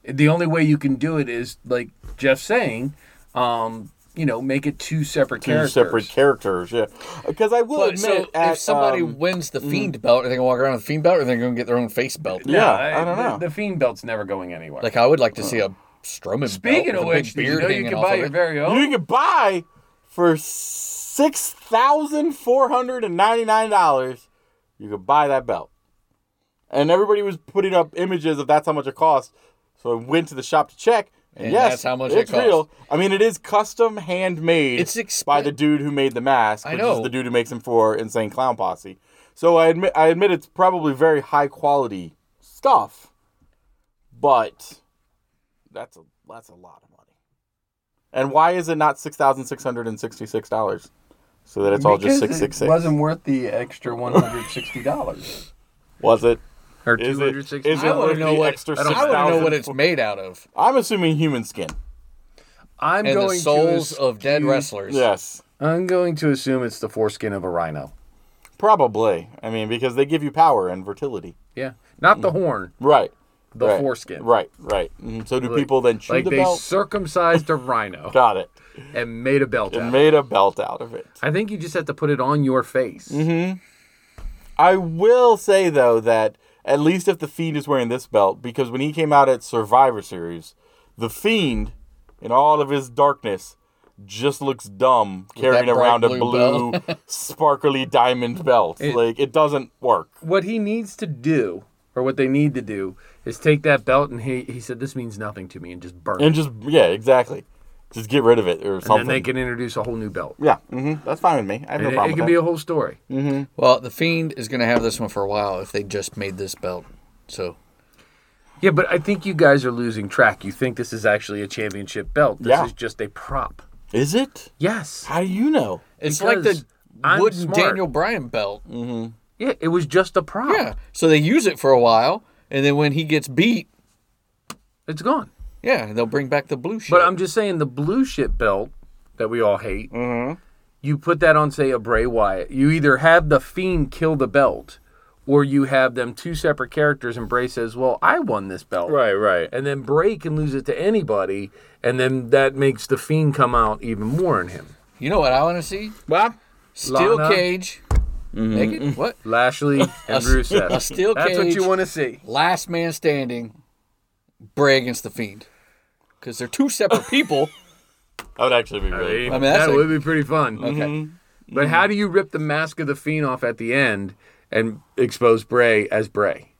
Speaker 3: the only way you can do it is like Jeff saying, um, you know, make it two separate
Speaker 2: Two
Speaker 3: characters.
Speaker 2: separate characters. Yeah. Because I will
Speaker 4: But,
Speaker 2: admit,
Speaker 4: so
Speaker 2: at,
Speaker 4: if somebody
Speaker 2: um,
Speaker 4: wins
Speaker 3: mm.
Speaker 4: the Fiend belt, are they going to walk around with the Fiend belt, or are they going to get their own face belt?
Speaker 2: Yeah, I don't
Speaker 3: the-
Speaker 2: know.
Speaker 3: The, Fiend belt's never going anywhere.
Speaker 4: Like I would like to see a Strowman
Speaker 3: Speaking
Speaker 4: belt
Speaker 3: of
Speaker 4: with a big
Speaker 3: which, did you
Speaker 4: beard
Speaker 3: know you
Speaker 4: hanging
Speaker 3: can
Speaker 4: off
Speaker 3: buy
Speaker 4: of
Speaker 3: your
Speaker 4: it.
Speaker 3: very own?
Speaker 2: You can buy for six thousand four hundred and ninety nine dollars. You could buy that belt, and everybody was putting up images of that's how much it cost. So I went to the shop to check, and,
Speaker 4: And
Speaker 2: yes,
Speaker 4: that's how much it
Speaker 2: it's
Speaker 4: cost.
Speaker 2: real. I mean, it is custom handmade.
Speaker 4: It's exp-
Speaker 2: by the dude who made the mask,
Speaker 4: I
Speaker 2: which is
Speaker 4: know.
Speaker 2: the dude who makes him for Insane Clown Posse. So I admit, I admit it's probably very high quality stuff, but that's a that's a lot of money. And why is it not six thousand six hundred and sixty six dollars? So that it's all just six six
Speaker 3: It
Speaker 2: six.
Speaker 3: wasn't worth the extra one hundred sixty dollars.
Speaker 2: Was it?
Speaker 3: Or
Speaker 2: Is
Speaker 3: two
Speaker 2: it?
Speaker 3: hundred
Speaker 2: Is
Speaker 3: sixty.
Speaker 2: it?
Speaker 4: I want
Speaker 2: worth
Speaker 4: to know
Speaker 2: the
Speaker 4: what
Speaker 2: extra
Speaker 4: I want to
Speaker 2: 6,000?
Speaker 4: know what it's made out of
Speaker 2: I'm assuming human skin.
Speaker 3: I'm
Speaker 4: and the
Speaker 3: going
Speaker 4: souls
Speaker 3: to.
Speaker 4: of dead wrestlers.
Speaker 2: Yes,
Speaker 3: I'm going to assume it's the foreskin of a rhino.
Speaker 2: probably. I mean, because they give you power and fertility.
Speaker 3: Yeah, not
Speaker 4: Hmm.
Speaker 3: the horn,
Speaker 2: Right.
Speaker 3: the
Speaker 2: right.
Speaker 3: foreskin.
Speaker 2: Right. Right. Mhm. So do people then chew
Speaker 3: Like
Speaker 2: the
Speaker 3: they
Speaker 2: belt?
Speaker 3: circumcised a rhino
Speaker 2: Got it.
Speaker 3: and made a belt out.
Speaker 2: And
Speaker 3: of it.
Speaker 2: made a belt out of it.
Speaker 3: I think you just have to put it on your face.
Speaker 2: Mm-hmm. I will say though that at least if the Fiend is wearing this belt, because when he came out at Survivor Series, the Fiend, in all of his darkness, just looks dumb carrying
Speaker 4: that bright
Speaker 2: around a blue,
Speaker 4: blue
Speaker 2: sparkly diamond belt. like it doesn't work.
Speaker 3: what he needs to do, or what they need to do, is take that belt and he he said this means nothing to me and just burn
Speaker 2: And
Speaker 3: it.
Speaker 2: just yeah, exactly. Just get rid of it or
Speaker 3: And
Speaker 2: something.
Speaker 3: then they can introduce a whole new belt.
Speaker 2: yeah, hmm that's fine with me. I have no
Speaker 3: And it,
Speaker 2: problem
Speaker 3: it
Speaker 2: with
Speaker 3: can be a whole story.
Speaker 4: Well, the fiend is going to have this one for a while if they just made this belt. So
Speaker 3: Yeah, but I think you guys are losing track. You think this is actually a championship belt. This
Speaker 2: Yeah.
Speaker 3: is just a prop.
Speaker 2: that. Is it?
Speaker 3: Yes.
Speaker 2: How do you know?
Speaker 4: it's like
Speaker 3: Because
Speaker 4: the
Speaker 3: I'm
Speaker 4: wooden
Speaker 3: smart.
Speaker 4: Daniel Bryan belt.
Speaker 3: Yeah, it was just a prop.
Speaker 4: Yeah. So they use it for a while, and then when he gets beat,
Speaker 3: It's gone.
Speaker 4: yeah, they'll bring back the blue shit.
Speaker 3: But I'm just saying the blue shit belt that we all hate. You put that on, say, a Bray Wyatt. You either have the Fiend kill the belt, or you have them two separate characters, and Bray says, "Well, I won this belt."
Speaker 2: right.
Speaker 3: And then Bray can lose it to anybody, and then that makes the Fiend come out even more in him.
Speaker 4: you know what I want to see?
Speaker 2: Well,
Speaker 4: Steel
Speaker 3: Lana.
Speaker 4: cage.
Speaker 2: Mm-hmm.
Speaker 4: Naked? What?
Speaker 3: Lashley and Rusev.
Speaker 4: a steel
Speaker 3: That's what
Speaker 4: cage.
Speaker 3: you want to see.
Speaker 4: Last man standing. Bray against the Fiend. Because they're two separate people.
Speaker 2: That would actually be really.
Speaker 4: I mean, that's Mm-hmm.
Speaker 3: that
Speaker 4: like-
Speaker 3: would be pretty fun.
Speaker 4: Okay.
Speaker 3: Mm-hmm. But how do you rip the mask of the fiend off at the end and expose Bray as Bray?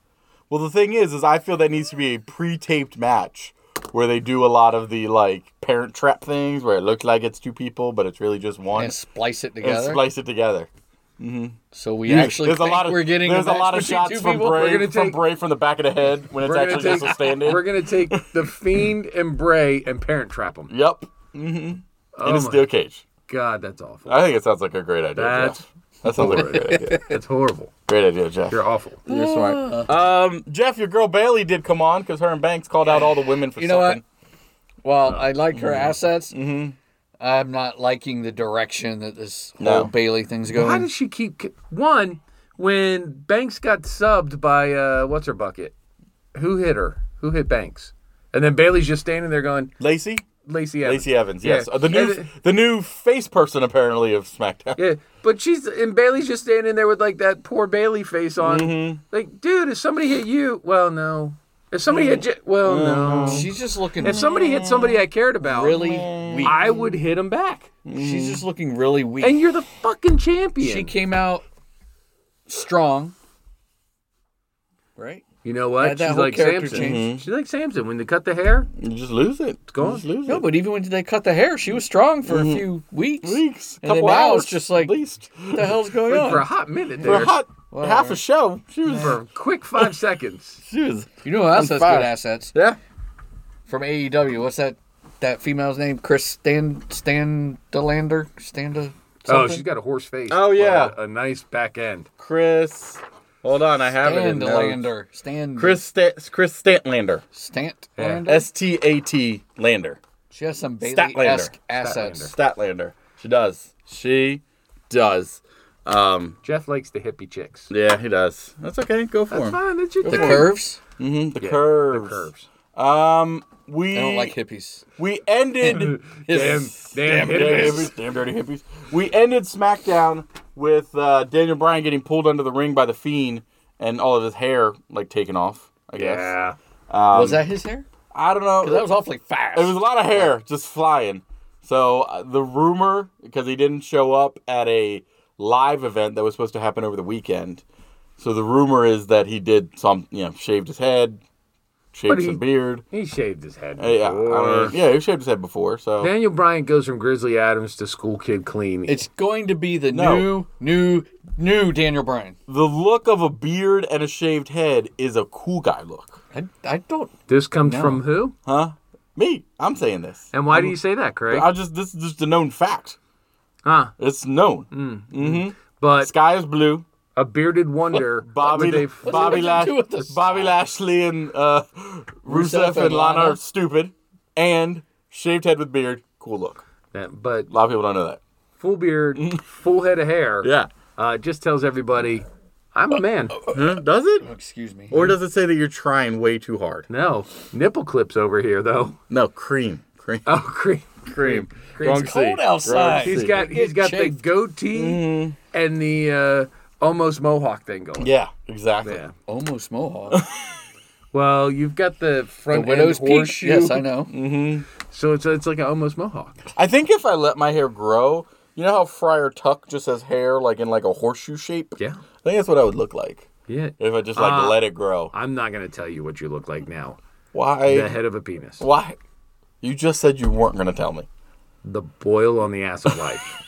Speaker 2: Well, the thing is, is I feel that needs to be a pre-taped match where they do a lot of the like parent trap things where it looks like it's two people, but it's really just one.
Speaker 4: And splice it
Speaker 2: and
Speaker 4: together.
Speaker 2: splice it together.
Speaker 4: so we
Speaker 2: You-
Speaker 4: actually
Speaker 2: there's a
Speaker 4: think
Speaker 2: lot of
Speaker 4: we're getting
Speaker 2: there's a
Speaker 4: match
Speaker 2: lot of
Speaker 4: between
Speaker 2: shots
Speaker 4: two
Speaker 2: from
Speaker 4: people?
Speaker 2: Bray
Speaker 3: We're gonna
Speaker 2: from
Speaker 3: take-
Speaker 2: Bray from the back of the head when it's
Speaker 3: We're
Speaker 2: actually
Speaker 3: gonna take
Speaker 2: just a stand-in.
Speaker 3: we're gonna take the fiend and Bray and parent trap them.
Speaker 2: Yep. Mm-hmm. In a
Speaker 4: Oh
Speaker 3: my-
Speaker 2: steel cage.
Speaker 3: God, that's awful.
Speaker 2: I think it sounds like a great idea.
Speaker 3: That's
Speaker 2: Jeff. That sounds like a great idea.
Speaker 3: That's horrible.
Speaker 2: Great idea, Jeff.
Speaker 3: You're awful.
Speaker 2: You're smart. Um, Jeff, your girl Bailey did come on because her and Banks called out all the women for
Speaker 4: You know what?
Speaker 2: something.
Speaker 4: Well, I like her assets. Mm-hmm. I'm not liking the direction that this whole
Speaker 2: No.
Speaker 4: Bailey thing's
Speaker 3: Why
Speaker 4: going.
Speaker 3: does she keep one when Banks got subbed by uh, what's her bucket? Who hit her? Who hit Banks? And then Bailey's just standing there going,
Speaker 2: Lacey?
Speaker 3: Lacey Evans.
Speaker 2: Lacey Evans, yes.
Speaker 3: Yeah.
Speaker 2: Uh, the new
Speaker 3: And-
Speaker 2: the new face person apparently of SmackDown.
Speaker 3: Yeah, but she's and Bailey's just standing there with like that poor Bailey face on. Like, dude, if somebody hit you, well, no. If somebody hit, you, well, no.
Speaker 4: She's just looking
Speaker 3: If somebody hit somebody I cared about,
Speaker 4: Mm-hmm. really weak.
Speaker 3: I would hit him back.
Speaker 4: She's
Speaker 2: Mm-hmm.
Speaker 4: just looking really weak.
Speaker 3: And you're the fucking champion.
Speaker 4: she came out strong. Right?
Speaker 3: you know
Speaker 4: Had
Speaker 3: what?
Speaker 4: that
Speaker 3: She's
Speaker 4: whole
Speaker 3: like
Speaker 4: character
Speaker 3: Samson.
Speaker 4: change.
Speaker 3: She's like Samson. When they cut the hair,
Speaker 2: You just lose it. It's
Speaker 3: gone.
Speaker 2: Just lose
Speaker 4: No,
Speaker 2: it.
Speaker 4: but even when they cut the hair, she was strong for a few weeks.
Speaker 2: Mm-hmm. Weeks,
Speaker 4: And then
Speaker 2: couple
Speaker 4: now
Speaker 2: hours,
Speaker 4: it's just like,
Speaker 2: at least
Speaker 4: what the hell's going
Speaker 3: for a
Speaker 4: on?
Speaker 3: hot minute
Speaker 2: for
Speaker 3: there,
Speaker 2: a hot half a show. She was,
Speaker 3: for a quick five seconds.
Speaker 2: she was.
Speaker 4: You know who else has
Speaker 2: fire.
Speaker 4: good assets?
Speaker 2: Yeah.
Speaker 4: From AEW. What's that that female's name? Chris Stan Standalander?
Speaker 3: Oh,
Speaker 4: Standa something?
Speaker 3: she's got a horse face.
Speaker 2: Oh,
Speaker 3: but
Speaker 2: yeah.
Speaker 3: a, a nice back end.
Speaker 2: Chris. Hold on, I have it. in notes.
Speaker 4: Standalander. Stan
Speaker 2: Chris St- Chris Stantlander.
Speaker 4: Stantlander.
Speaker 2: S T A T Lander.
Speaker 4: She has some
Speaker 2: Statlander.
Speaker 4: Bailey esque assets.
Speaker 2: Statlander. She does. She does. Um,
Speaker 3: Jeff likes the hippie chicks.
Speaker 2: yeah, he does. That's okay. Go for
Speaker 3: That's
Speaker 2: him.
Speaker 3: fine. That's your
Speaker 4: The
Speaker 3: thing.
Speaker 4: curves.
Speaker 2: Mm, the
Speaker 3: Yeah,
Speaker 2: curves.
Speaker 3: The curves.
Speaker 2: Um, we
Speaker 4: I don't like hippies.
Speaker 2: we ended.
Speaker 3: Damn, damn,
Speaker 2: Damn dirty hippies. Damn dirty hippies. We ended SmackDown with uh, Daniel Bryan getting pulled under the ring by the Fiend and all of his hair like taken off. I guess.
Speaker 3: Yeah.
Speaker 4: was that his hair?
Speaker 2: I don't know.
Speaker 4: 'Cause that was awfully fast.
Speaker 2: It was a lot of hair just flying. So uh, the rumor, because he didn't show up at a live event that was supposed to happen over the weekend, so the rumor is that he did some, you know, shaved his head, shaved
Speaker 3: But he-
Speaker 2: some beard.
Speaker 3: He shaved his head.
Speaker 2: Uh, Yeah, I
Speaker 3: before.
Speaker 2: mean, yeah, he shaved his head before. So
Speaker 3: Daniel Bryant goes from Grizzly Adams to School Kid Clean.
Speaker 4: It's going to be the
Speaker 2: No.
Speaker 4: new, new, new Daniel Bryan.
Speaker 2: the look of a beard and a shaved head is a cool guy look,
Speaker 4: I, I don't.
Speaker 3: this comes from who?
Speaker 2: huh? Me, I'm saying this.
Speaker 3: And why do you say that, Craig?
Speaker 2: I just this is just a known fact.
Speaker 3: Huh.
Speaker 2: It's known.
Speaker 3: But
Speaker 2: Sky is blue.
Speaker 3: a bearded wonder.
Speaker 2: Bobby,
Speaker 3: with a f-
Speaker 2: Bobby,
Speaker 4: that
Speaker 2: Lash-
Speaker 4: got to do with the
Speaker 2: Bobby Lashley and uh, Rusev, and Lana are stupid. And shaved head with beard, cool look.
Speaker 3: that- but
Speaker 2: A lot of people don't know that.
Speaker 3: full beard, full head of hair. Uh, just tells everybody, I'm a man.
Speaker 2: Does it?
Speaker 4: Excuse me.
Speaker 2: Or does it say that you're trying way too hard?
Speaker 3: No. Nipple clips over here, though.
Speaker 2: No, cream. Cream.
Speaker 3: Oh, great.
Speaker 2: cream.
Speaker 3: Wrong
Speaker 4: It's cold outside.
Speaker 3: He's got he's got the
Speaker 4: Shaved.
Speaker 3: goatee and the uh, almost mohawk thing going.
Speaker 2: Yeah, exactly.
Speaker 3: Yeah.
Speaker 4: Almost mohawk.
Speaker 3: Well, you've got the
Speaker 4: the
Speaker 3: front
Speaker 4: widow's
Speaker 3: end
Speaker 4: peak.
Speaker 3: horseshoe.
Speaker 4: Yes, I know.
Speaker 3: So it's it's like an almost mohawk.
Speaker 2: I think if I let my hair grow, you know how Friar Tuck just has hair like in like a horseshoe shape?
Speaker 3: Yeah.
Speaker 2: I think that's what I would look like.
Speaker 3: Yeah.
Speaker 2: If I just like
Speaker 3: Ah.
Speaker 2: let it grow.
Speaker 3: I'm not gonna tell you what you look like now.
Speaker 2: Why?
Speaker 3: The head of a penis.
Speaker 2: Why? You just said you weren't going to tell me.
Speaker 3: The boil on the ass of life.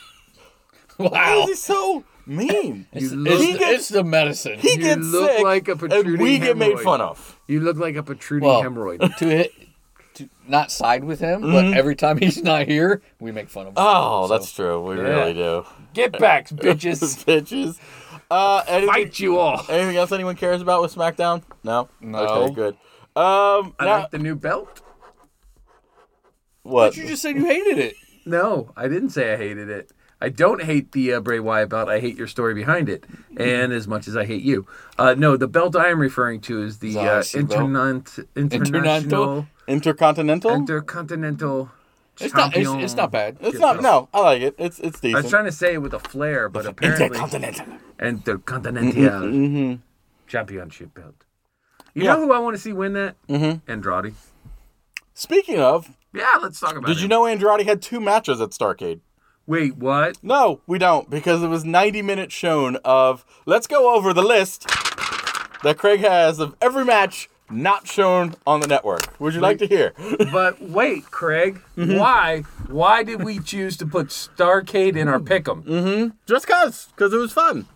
Speaker 2: Why
Speaker 4: Wow.
Speaker 2: is he so mean?
Speaker 3: You
Speaker 4: It's,
Speaker 3: look,
Speaker 2: He
Speaker 4: the,
Speaker 2: gets-
Speaker 4: it's the medicine.
Speaker 2: He gets
Speaker 3: look
Speaker 2: sick,
Speaker 3: like a
Speaker 2: and we
Speaker 3: protruding
Speaker 2: get made
Speaker 3: hemorrhoid.
Speaker 2: fun of.
Speaker 3: you look like a protruding
Speaker 4: Well.
Speaker 3: hemorrhoid.
Speaker 4: to hit, to not side with him, but every time he's not here, we make fun of him.
Speaker 2: Oh, that's true. We really do.
Speaker 3: Get back, bitches.
Speaker 2: Bitches. Uh, anything,
Speaker 3: Fight you all.
Speaker 2: anything else anyone cares about with SmackDown? No.
Speaker 4: No.
Speaker 2: Okay, good. Um,
Speaker 3: I
Speaker 2: now-
Speaker 3: like the new belt.
Speaker 2: what?
Speaker 4: you just said you hated it.
Speaker 3: No, I didn't say I hated it. I don't hate the uh, Bray Wyatt belt. I hate your story behind it, and as much as I hate you. Uh, no, the belt I am referring to is the uh,
Speaker 4: IC belt.
Speaker 3: internet, international
Speaker 4: International?
Speaker 2: Intercontinental.
Speaker 3: intercontinental
Speaker 4: It's not, it's,
Speaker 3: Champion.
Speaker 4: it's not bad.
Speaker 2: It's not. No, I like it. It's it's
Speaker 3: I
Speaker 2: decent.
Speaker 3: was trying to say it with a flair, but apparently and the Continental
Speaker 4: mm-hmm,
Speaker 3: Championship belt. You
Speaker 2: Yeah.
Speaker 3: know who I want to see win that? Mm-hmm. Andrade.
Speaker 2: Speaking of,
Speaker 3: Yeah, let's talk about it.
Speaker 2: did you know Andrade had two matches at Starcade?
Speaker 3: Wait, what?
Speaker 2: No, we don't, because it was 90 minutes shown of. Let's go over the list that Craig has of every match not shown on the network. Would you like to hear?
Speaker 3: But wait, Craig,
Speaker 2: Mm-hmm.
Speaker 3: why? Why did we choose to put Starcade in our pick'em?
Speaker 2: Mm-hmm. Just cause, cause it was fun.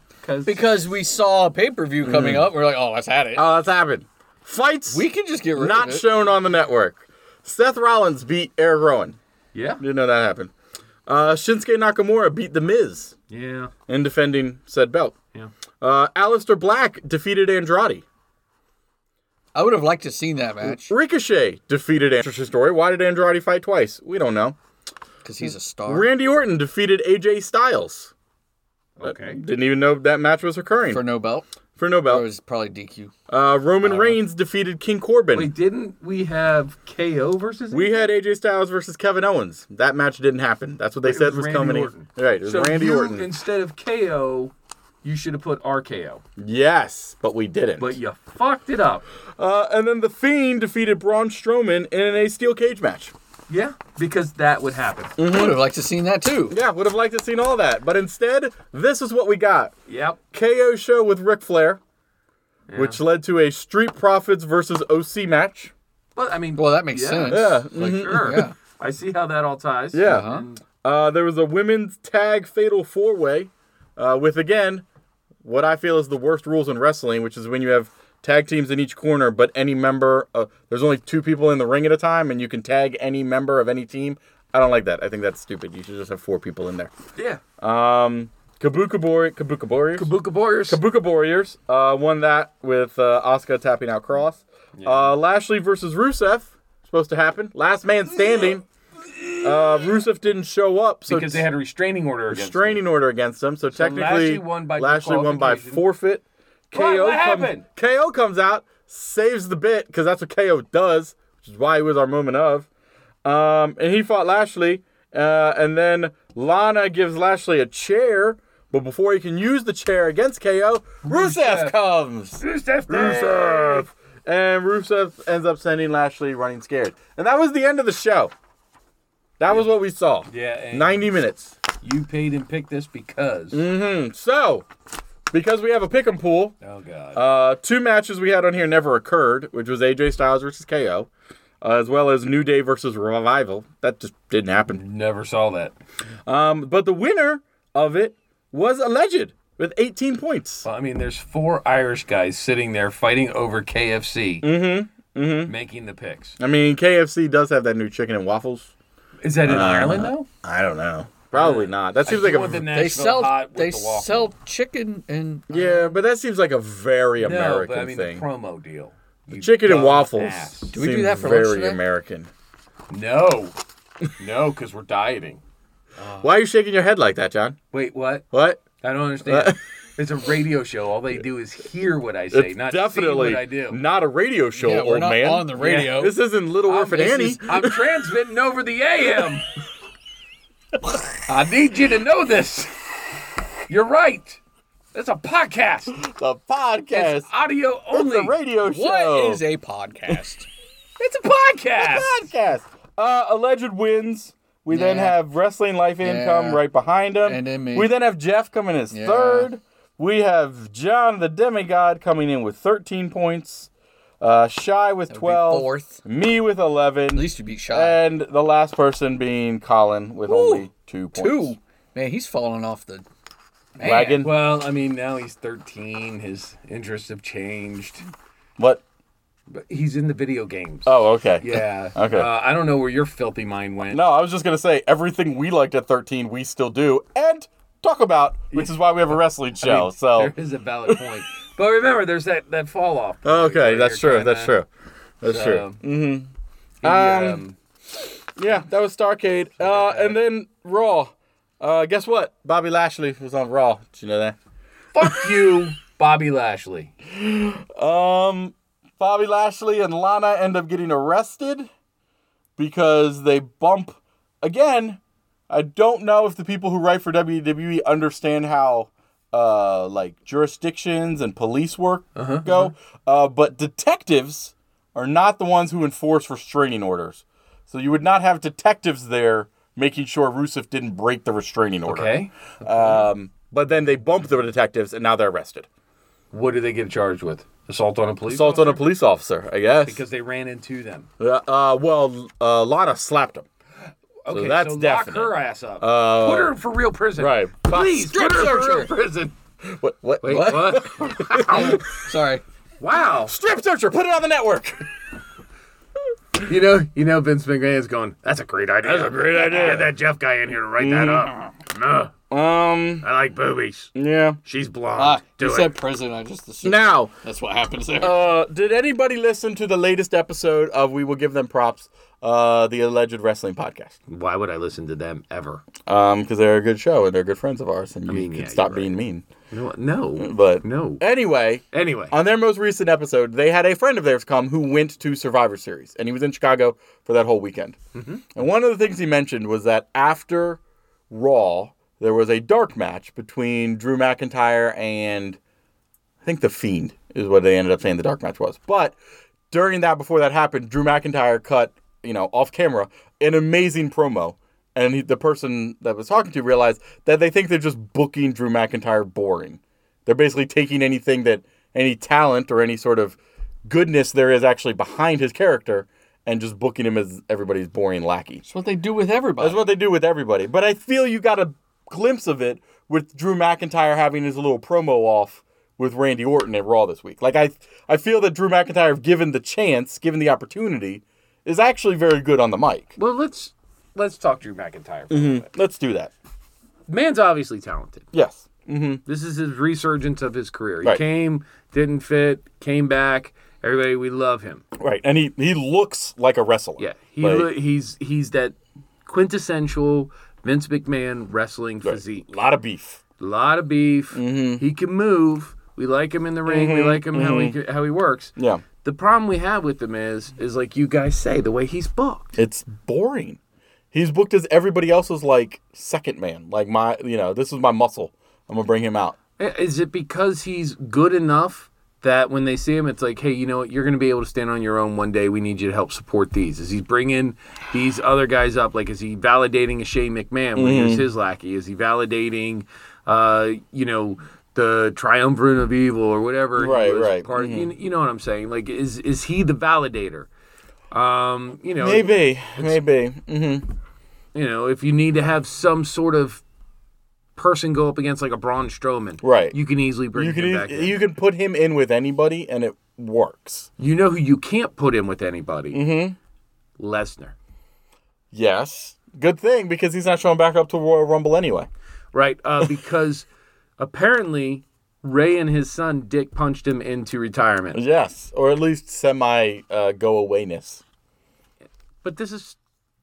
Speaker 4: Because we saw a pay per view coming up, we're like, oh, let's had it.
Speaker 2: Oh, that's happened. Fights
Speaker 4: we can just get rid
Speaker 2: not
Speaker 4: of it.
Speaker 2: shown on the network. Seth Rollins beat Eric Rowan.
Speaker 3: Yeah,
Speaker 2: Didn't know that happened. Uh, Shinsuke Nakamura beat The Miz
Speaker 3: yeah.
Speaker 2: in defending said belt. Yeah. Uh, Aleister Black defeated Andrade.
Speaker 4: I would have liked to seen that match
Speaker 2: Ricochet defeated Andrew's story. Why did Andrade fight twice? We don't know.
Speaker 4: because he's a star
Speaker 2: Randy Orton defeated AJ Styles.
Speaker 3: Okay.
Speaker 2: Didn't even know that match was occurring
Speaker 4: for
Speaker 2: for,
Speaker 4: no belt.
Speaker 2: no
Speaker 4: Or it
Speaker 2: belt.
Speaker 4: was probably DQ.
Speaker 2: Uh, Roman Reigns defeated King Corbin.
Speaker 3: Wait, didn't we have KO versus?
Speaker 2: We had AJ Styles versus Kevin Owens. That match didn't happen. That's what they
Speaker 3: it
Speaker 2: said
Speaker 3: was
Speaker 2: was
Speaker 3: Randy
Speaker 2: coming. in.
Speaker 3: Orton.
Speaker 2: Right, it was
Speaker 3: so
Speaker 2: Randy
Speaker 3: you,
Speaker 2: Orton.
Speaker 3: instead of KO, you should have put RKO.
Speaker 2: Yes, but we didn't.
Speaker 3: But you fucked it up.
Speaker 2: uh, and then the Fiend defeated Braun Strowman in a steel cage match.
Speaker 3: Yeah, because that would happen.
Speaker 2: Mm.
Speaker 4: I would have liked to seen that too.
Speaker 2: Yeah, would have liked to seen all that, but instead, this is what we got.
Speaker 3: Yep.
Speaker 2: KO show with Ric Flair, which led to a Street Profits versus OC match.
Speaker 3: But I mean,
Speaker 4: Well, that makes
Speaker 3: yeah,
Speaker 4: sense.
Speaker 2: Yeah,
Speaker 4: Like,
Speaker 3: Sure.
Speaker 4: Yeah.
Speaker 3: I see how that all ties.
Speaker 2: Yeah.
Speaker 4: Uh-huh.
Speaker 2: Uh, there was a women's tag fatal four way uh, with, again, what I feel is the worst rules in wrestling, which is when you have tag teams in each corner, but any member, uh, there's only two people in the ring at a time, and you can tag any member of any team. I don't like that. I think that's stupid. You should just have four people in there.
Speaker 3: Yeah.
Speaker 2: Um, Kabuka Bori- Kabuka Warriors.
Speaker 3: Kabuka Warriors.
Speaker 2: Kabuka Warriors uh, won that with uh, Asuka tapping out Cross. Uh, Lashley versus Rusev supposed to happen. Last man standing. Uh, Rusev didn't show up, so
Speaker 1: because they had a restraining order against them.
Speaker 2: restraining order against him. So technically,
Speaker 3: Lashley won by
Speaker 2: Lashley won by
Speaker 3: disqualification.
Speaker 2: forfeit. KO
Speaker 1: what
Speaker 2: comes,
Speaker 1: happened?
Speaker 2: KO comes out, saves the bit because that's what KO does, which is why he was our moment of. Um, and he fought Lashley, uh, and then Lana gives Lashley a chair, but before he can use the chair against KO, Rusev comes. Rusev. And Rusev ends up sending Lashley running scared. And that was the end of the show. That was what we saw.
Speaker 1: Yeah, and-
Speaker 2: 90 minutes.
Speaker 3: You paid and picked this because.
Speaker 2: Mm. So, because we have a pick 'em pool,
Speaker 1: Oh god.
Speaker 2: uh, two matches we had on here never occurred, which was AJ Styles versus KO, uh, as well as New Day versus Revival. That just didn't happen.
Speaker 1: Never saw that.
Speaker 2: Um, but the winner of it was alleged with 18 points.
Speaker 1: Well, I mean, there's four Irish guys sitting there fighting over KFC, mm-hmm. Mm-hmm. making the picks.
Speaker 2: I mean, KFC does have that new chicken and waffles.
Speaker 1: Is that in
Speaker 2: Uh,
Speaker 1: Ireland though?
Speaker 2: I don't know. Probably not. That seems like
Speaker 1: want the
Speaker 2: a
Speaker 1: Nashville
Speaker 4: They sell
Speaker 1: hot with
Speaker 4: they
Speaker 1: the waffle.
Speaker 4: sell chicken and
Speaker 2: yeah, but that seems like a very
Speaker 1: no,
Speaker 2: American
Speaker 1: but I mean
Speaker 2: thing.
Speaker 1: the promo deal. You
Speaker 2: chicken and
Speaker 1: dumb
Speaker 2: waffles.
Speaker 1: ass.
Speaker 4: we do
Speaker 2: seems
Speaker 4: that for lunch
Speaker 2: very
Speaker 4: today?
Speaker 2: American.
Speaker 1: No, no, because we're dieting. Uh.
Speaker 2: Why are you shaking your head like that, John?
Speaker 3: Wait, what?
Speaker 2: What?
Speaker 3: I don't
Speaker 2: Uh,
Speaker 3: understand. it's a radio show. All they do is hear what I say,
Speaker 2: It's
Speaker 3: not
Speaker 2: definitely
Speaker 3: see what I do.
Speaker 2: not a radio show,
Speaker 4: yeah, we're
Speaker 2: old
Speaker 4: not
Speaker 2: man.
Speaker 4: on the radio.
Speaker 2: This isn't Little Orphan
Speaker 3: this
Speaker 2: Annie.
Speaker 3: is- I'm transmitting over the AM. I need you to know this. You're right. That's a podcast.
Speaker 2: the podcast.
Speaker 3: It's audio only.
Speaker 2: the radio show.
Speaker 4: What is a podcast?
Speaker 3: It's a podcast.
Speaker 2: podcast? Uh, alleged wins. We then
Speaker 4: Yeah.
Speaker 2: have wrestling life income
Speaker 4: Yeah.
Speaker 2: right behind him.
Speaker 4: And then me.
Speaker 2: We then have Jeff coming in as third. We have John the Demigod coming in with 13 points. Uh, Shy with 12.
Speaker 4: fourth.
Speaker 2: Me with 11.
Speaker 4: At least you beat Shy.
Speaker 2: and the last person being Colin with only two points.
Speaker 4: Two. Man, he's falling off the man.
Speaker 2: Wagon.
Speaker 1: Well, I mean, now he's 13. His interests have changed.
Speaker 2: What?
Speaker 1: But he's in the video games.
Speaker 2: Oh, okay.
Speaker 1: yeah.
Speaker 2: Okay.
Speaker 1: Uh, I don't know where your filthy mind went.
Speaker 2: No, I was just gonna say everything we liked at 13, we still do and talk about, which is why we have a wrestling show. so
Speaker 1: There is a valid point. but remember, there's that, that fall off.
Speaker 2: okay, that's true. That's true. Mm-hmm. That's
Speaker 3: um,
Speaker 1: So, he, um,
Speaker 2: Yeah, that was Starcade. Uh, and then Raw. Uh, guess what? Bobby Lashley was on Raw. Did you know that?
Speaker 1: fuck you, Bobby Lashley.
Speaker 2: Bobby Lashley and Lana end up getting arrested because they bump again, I don't know if the people who write for WWE understand how uh like jurisdictions and police work go. Uh, but detectives are not the ones who enforce restraining orders. So you would not have detectives there making sure Rusev didn't break the restraining order.
Speaker 3: Okay.
Speaker 2: Um, but then they bump the detectives and now they're arrested.
Speaker 3: What do they get charged with? Assault on a police
Speaker 2: Assault on a police officer, I guess.
Speaker 3: because they ran into them.
Speaker 2: Uh, uh, well, uh, Lana slapped him.
Speaker 3: Okay,
Speaker 2: that's
Speaker 3: so
Speaker 2: definite. Uh,
Speaker 3: lock her ass up. put her in for real prison.
Speaker 2: Right.
Speaker 3: Please, put her in
Speaker 2: Strip
Speaker 3: for real
Speaker 2: searcher.
Speaker 3: prison.
Speaker 2: What? What?
Speaker 3: Wait,
Speaker 2: what?
Speaker 3: what?
Speaker 4: Sorry.
Speaker 3: wow.
Speaker 2: Strip searcher. Put it on the network.
Speaker 3: You know, you know, Vince McMahon's going. That's a great idea. That's a great idea. Get that Jeff guy in here to write that up. No,
Speaker 2: Um.
Speaker 3: I like boobies.
Speaker 2: Yeah.
Speaker 3: She's blonde.
Speaker 4: Ah,
Speaker 3: Do
Speaker 4: you
Speaker 3: it.
Speaker 4: said prison. I just assumed
Speaker 2: Now,
Speaker 4: that's what happens there.
Speaker 2: uh, did anybody listen to the latest episode of We Will Give Them Props, uh, the alleged wrestling podcast?
Speaker 3: Why would I listen to them ever?
Speaker 2: Um, because they're a good show and they're good friends of ours, and you
Speaker 3: mean,
Speaker 2: could
Speaker 3: yeah,
Speaker 2: stop
Speaker 3: you're
Speaker 2: being mean.
Speaker 3: No, no,
Speaker 2: But
Speaker 3: no.
Speaker 2: Anyway,
Speaker 3: Anyway,
Speaker 2: on their most recent episode, they had a friend of theirs come who went to Survivor Series, and he was in Chicago for that whole weekend. And one of the things he mentioned was that after Raw, there was a dark match between Drew McIntyre and I think The Fiend is what they ended up saying the dark match was. But during that, before that happened, Drew McIntyre cut, you know, off camera, an amazing promo. And he, the person that was talking to realized that they think they're just booking Drew McIntyre boring. They're basically taking anything that any talent or any sort of goodness there is actually behind his character and just booking him as everybody's boring lackey.
Speaker 4: that's what they do with everybody.
Speaker 2: That's what they do with everybody. But I feel you got a glimpse of it with Drew McIntyre having his little promo off with Randy Orton at Raw this week. Like I I feel that Drew McIntyre, if given the chance, given the opportunity, is actually very good on the mic.
Speaker 3: well, let's let's talk Drew McIntyre. for a bit.
Speaker 2: Let's do that.
Speaker 3: Man's obviously talented.
Speaker 2: Yes.
Speaker 3: This is his resurgence of his career. He
Speaker 2: Right.
Speaker 3: came, didn't fit, came back. Everybody, we love him.
Speaker 2: Right. And he he looks like a wrestler.
Speaker 3: Yeah, he
Speaker 2: Like,
Speaker 3: lo- he's he's that quintessential Vince McMahon wrestling physique.
Speaker 2: a lot of beef.
Speaker 3: A lot of beef. He can move. We like him in the ring. We like him how he how he works.
Speaker 2: Yeah.
Speaker 3: The problem we have with him is is like you guys say the way he's booked.
Speaker 2: It's boring. He's booked as everybody else's like second man. Like my you know, this is my muscle. I'm gonna bring him out.
Speaker 3: I- Eh, Is it because he's good enough that when they see him, it's like, hey, you know what? You're going to be able to stand on your own one day. We need you to help support these. Is he bringing these other guys up? Like, is he validating a Shane McMahon when he was
Speaker 2: Mm-hmm.
Speaker 3: his lackey? Is he validating, uh, you know, the triumvirate of evil or whatever? he
Speaker 2: Right,
Speaker 3: was
Speaker 2: right. Mm-hmm.
Speaker 3: Part, you, you know what I'm saying? Like, is is he the validator? Um, you know,
Speaker 2: Oh, Maybe, maybe.
Speaker 3: you know, if you need to have some sort of person go up against like a Braun Strowman,
Speaker 2: Right.
Speaker 3: You can easily bring
Speaker 2: You can
Speaker 3: him
Speaker 2: eas-
Speaker 3: back. in.
Speaker 2: you can put him in with anybody and it works.
Speaker 3: You know who you can't put in with anybody? Mm-hmm. Lesnar.
Speaker 2: Yes. Good thing because he's not showing back up to Royal Rumble anyway.
Speaker 3: Right. Uh, because apparently Ray and his son Dick punched him into retirement.
Speaker 2: Yes, or at least semi uh, go awayness.
Speaker 3: But this is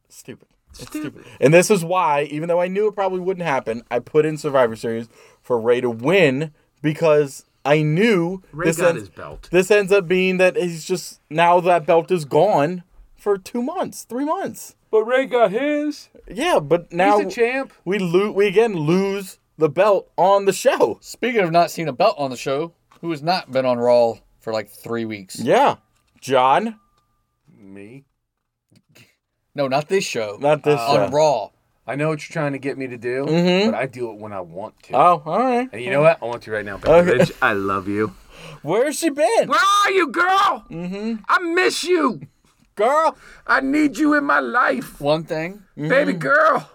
Speaker 2: Stupid.
Speaker 3: stupid.
Speaker 2: And this is why, even though I knew it probably wouldn't happen, I put in Survivor Series for Ray to win because I knew
Speaker 3: Ray
Speaker 2: this
Speaker 3: got
Speaker 2: ends-
Speaker 3: his belt.
Speaker 2: This ends up being that he's just now that belt is gone for two months, three months.
Speaker 3: But Ray got his.
Speaker 2: Yeah, but now
Speaker 3: He's a champ.
Speaker 2: we lose. We again lose the belt on the show.
Speaker 4: Speaking of not seeing a belt on the show, who has not been on Raw for like three weeks?
Speaker 2: Yeah, John,
Speaker 3: Me.
Speaker 4: No, not this show. Uh,
Speaker 2: not this uh,
Speaker 4: on
Speaker 2: show.
Speaker 4: Raw.
Speaker 3: I know what you're trying to get me to do, but I do it when I want to.
Speaker 2: Oh, all right.
Speaker 3: and you know what? I want to right now, baby.
Speaker 2: Okay.
Speaker 3: Rich, I love you.
Speaker 2: Where's she been,
Speaker 3: Where are you, girl? Mm-hmm. I miss you.
Speaker 2: girl?
Speaker 3: I need you in my life,
Speaker 4: One thing
Speaker 3: baby girl.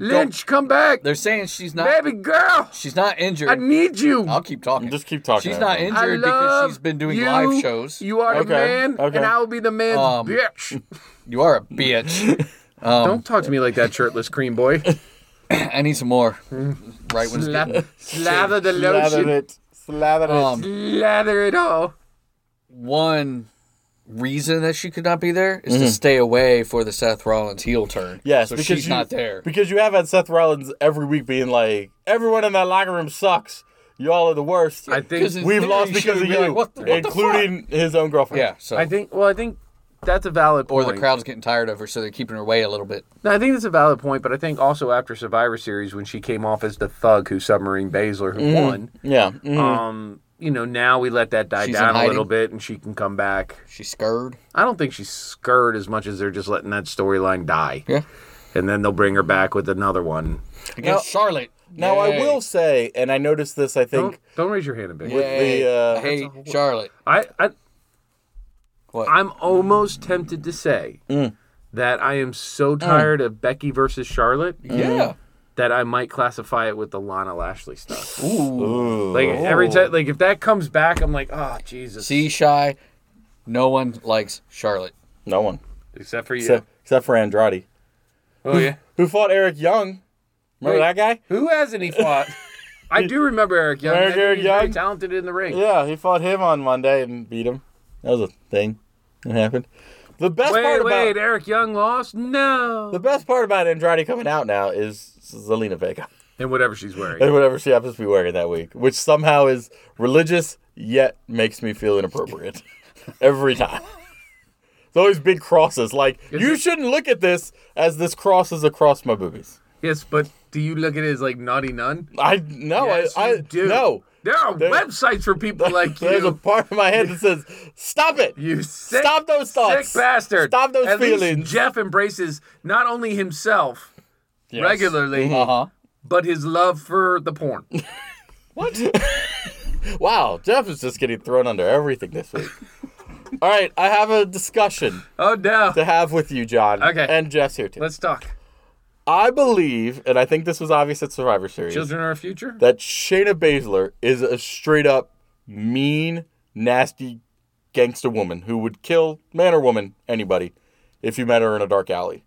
Speaker 3: Lynch, come back,
Speaker 4: they're saying she's not.
Speaker 3: baby girl.
Speaker 4: She's not
Speaker 3: I
Speaker 4: injured.
Speaker 3: need you.
Speaker 4: I'll keep talking.
Speaker 2: Just keep talking.
Speaker 4: She's not
Speaker 2: everyone.
Speaker 3: I
Speaker 4: injured
Speaker 3: love
Speaker 4: because she's been doing
Speaker 3: you.
Speaker 4: live shows. You,
Speaker 3: You are the
Speaker 2: Okay,
Speaker 3: man,
Speaker 2: okay.
Speaker 3: and I will be the man's
Speaker 4: Um,
Speaker 3: bitch.
Speaker 4: are a bitch.
Speaker 3: Don't talk to me like that, shirtless cream boy.
Speaker 4: I need some more. Right when it's getting.
Speaker 3: Slather the
Speaker 2: Slathered
Speaker 3: lotion,
Speaker 2: it. Slathered it.
Speaker 4: Um,
Speaker 3: slather it all.
Speaker 4: one reason that she could not be there is to stay away for the Seth Rollins heel turn.
Speaker 2: Mm-hmm. Yes,
Speaker 4: so
Speaker 2: because
Speaker 4: she's
Speaker 2: you-
Speaker 4: not there.
Speaker 2: Because you have had Seth Rollins every week being like, everyone in that locker room sucks. Y'all are the worst.
Speaker 3: I think.
Speaker 4: Because it's-
Speaker 2: We've
Speaker 4: Literally,
Speaker 2: lost
Speaker 4: she
Speaker 2: because of
Speaker 4: would be
Speaker 2: you,
Speaker 4: like, "What the- what the
Speaker 2: including his own girlfriend.
Speaker 4: Yeah, so
Speaker 3: I think. Well, I think that's a valid
Speaker 4: Or
Speaker 3: point.
Speaker 4: the crowd's getting tired of her, so they're keeping her away a little bit.
Speaker 3: No, I think that's a valid point, but I think also after Survivor Series, when she came off as the thug who submarine Baszler who
Speaker 4: Mm.
Speaker 3: won,
Speaker 2: Yeah. Mm-hmm.
Speaker 3: um, you know, now we let that die
Speaker 4: She's in
Speaker 3: down a
Speaker 4: hiding?
Speaker 3: little bit and she can come back.
Speaker 4: She's scared.
Speaker 3: I don't think she's scared as much as they're just letting that storyline die.
Speaker 4: Yeah.
Speaker 3: And then they'll bring her back with another one.
Speaker 4: Against Charlotte.
Speaker 2: Now I
Speaker 4: Yay.
Speaker 2: will say, and I noticed this. I think
Speaker 3: Don't, don't raise your hand a bit.
Speaker 2: with the uh,
Speaker 4: hey, Charlotte.
Speaker 3: I, I
Speaker 4: What?
Speaker 3: I'm almost tempted to say
Speaker 2: Mm.
Speaker 3: that I am so tired of Becky versus Charlotte
Speaker 2: Mm-hmm.
Speaker 4: Yeah.
Speaker 3: that I might classify it with the Lana Lashley stuff. Like every time, like if that comes back, I'm like, oh Jesus.
Speaker 4: See, Shy, no one likes Charlotte.
Speaker 2: no one
Speaker 3: except for you.
Speaker 2: except, except for Andrade,
Speaker 3: oh yeah.
Speaker 2: who fought Eric Young. Remember
Speaker 3: Wait.
Speaker 2: that guy?
Speaker 3: Who hasn't he fought? I do remember Eric Young.
Speaker 2: Eric-
Speaker 3: I think
Speaker 2: Eric
Speaker 3: he's very
Speaker 2: Young?
Speaker 3: talented in the ring.
Speaker 2: Yeah, he fought him on Monday and beat him. That was a thing that happened. The best
Speaker 3: Wait,
Speaker 2: part
Speaker 3: wait,
Speaker 2: about
Speaker 3: Eric Young lost? No.
Speaker 2: the best part about Andrade coming out now is Zelina Vega
Speaker 3: And whatever she's wearing.
Speaker 2: and whatever she happens to be wearing that week, which somehow is religious yet makes me feel inappropriate every time. It's always big crosses. Like you shouldn't look at this as this cross is across my boobies.
Speaker 3: yes, but do you look at it as like naughty nun?
Speaker 2: I no,
Speaker 3: Yes,
Speaker 2: I, I
Speaker 3: you do.
Speaker 2: no.
Speaker 3: There are
Speaker 2: There-
Speaker 3: websites for people like
Speaker 2: There's a
Speaker 3: you.
Speaker 2: part of my head that says, "Stop it!
Speaker 3: You sick,
Speaker 2: Stop those thoughts.
Speaker 3: sick bastard.
Speaker 2: Stop those
Speaker 3: At least
Speaker 2: feelings."
Speaker 3: Jeff embraces not only himself regularly,
Speaker 4: Uh
Speaker 2: Uh-huh.
Speaker 4: huh.
Speaker 3: but his love for the porn.
Speaker 2: Wow, Jeff is just getting thrown under everything this week. All right, I have a discussion
Speaker 3: Oh no.
Speaker 2: to have with you, John.
Speaker 3: Okay.
Speaker 2: And Jeff's here too.
Speaker 3: Let's talk.
Speaker 2: I believe, and I think this was obvious at Survivor Series,
Speaker 3: Children are our future?
Speaker 2: that Shayna Baszler is a straight up mean, nasty gangster woman who would kill man or woman, anybody, if you met her in a dark alley.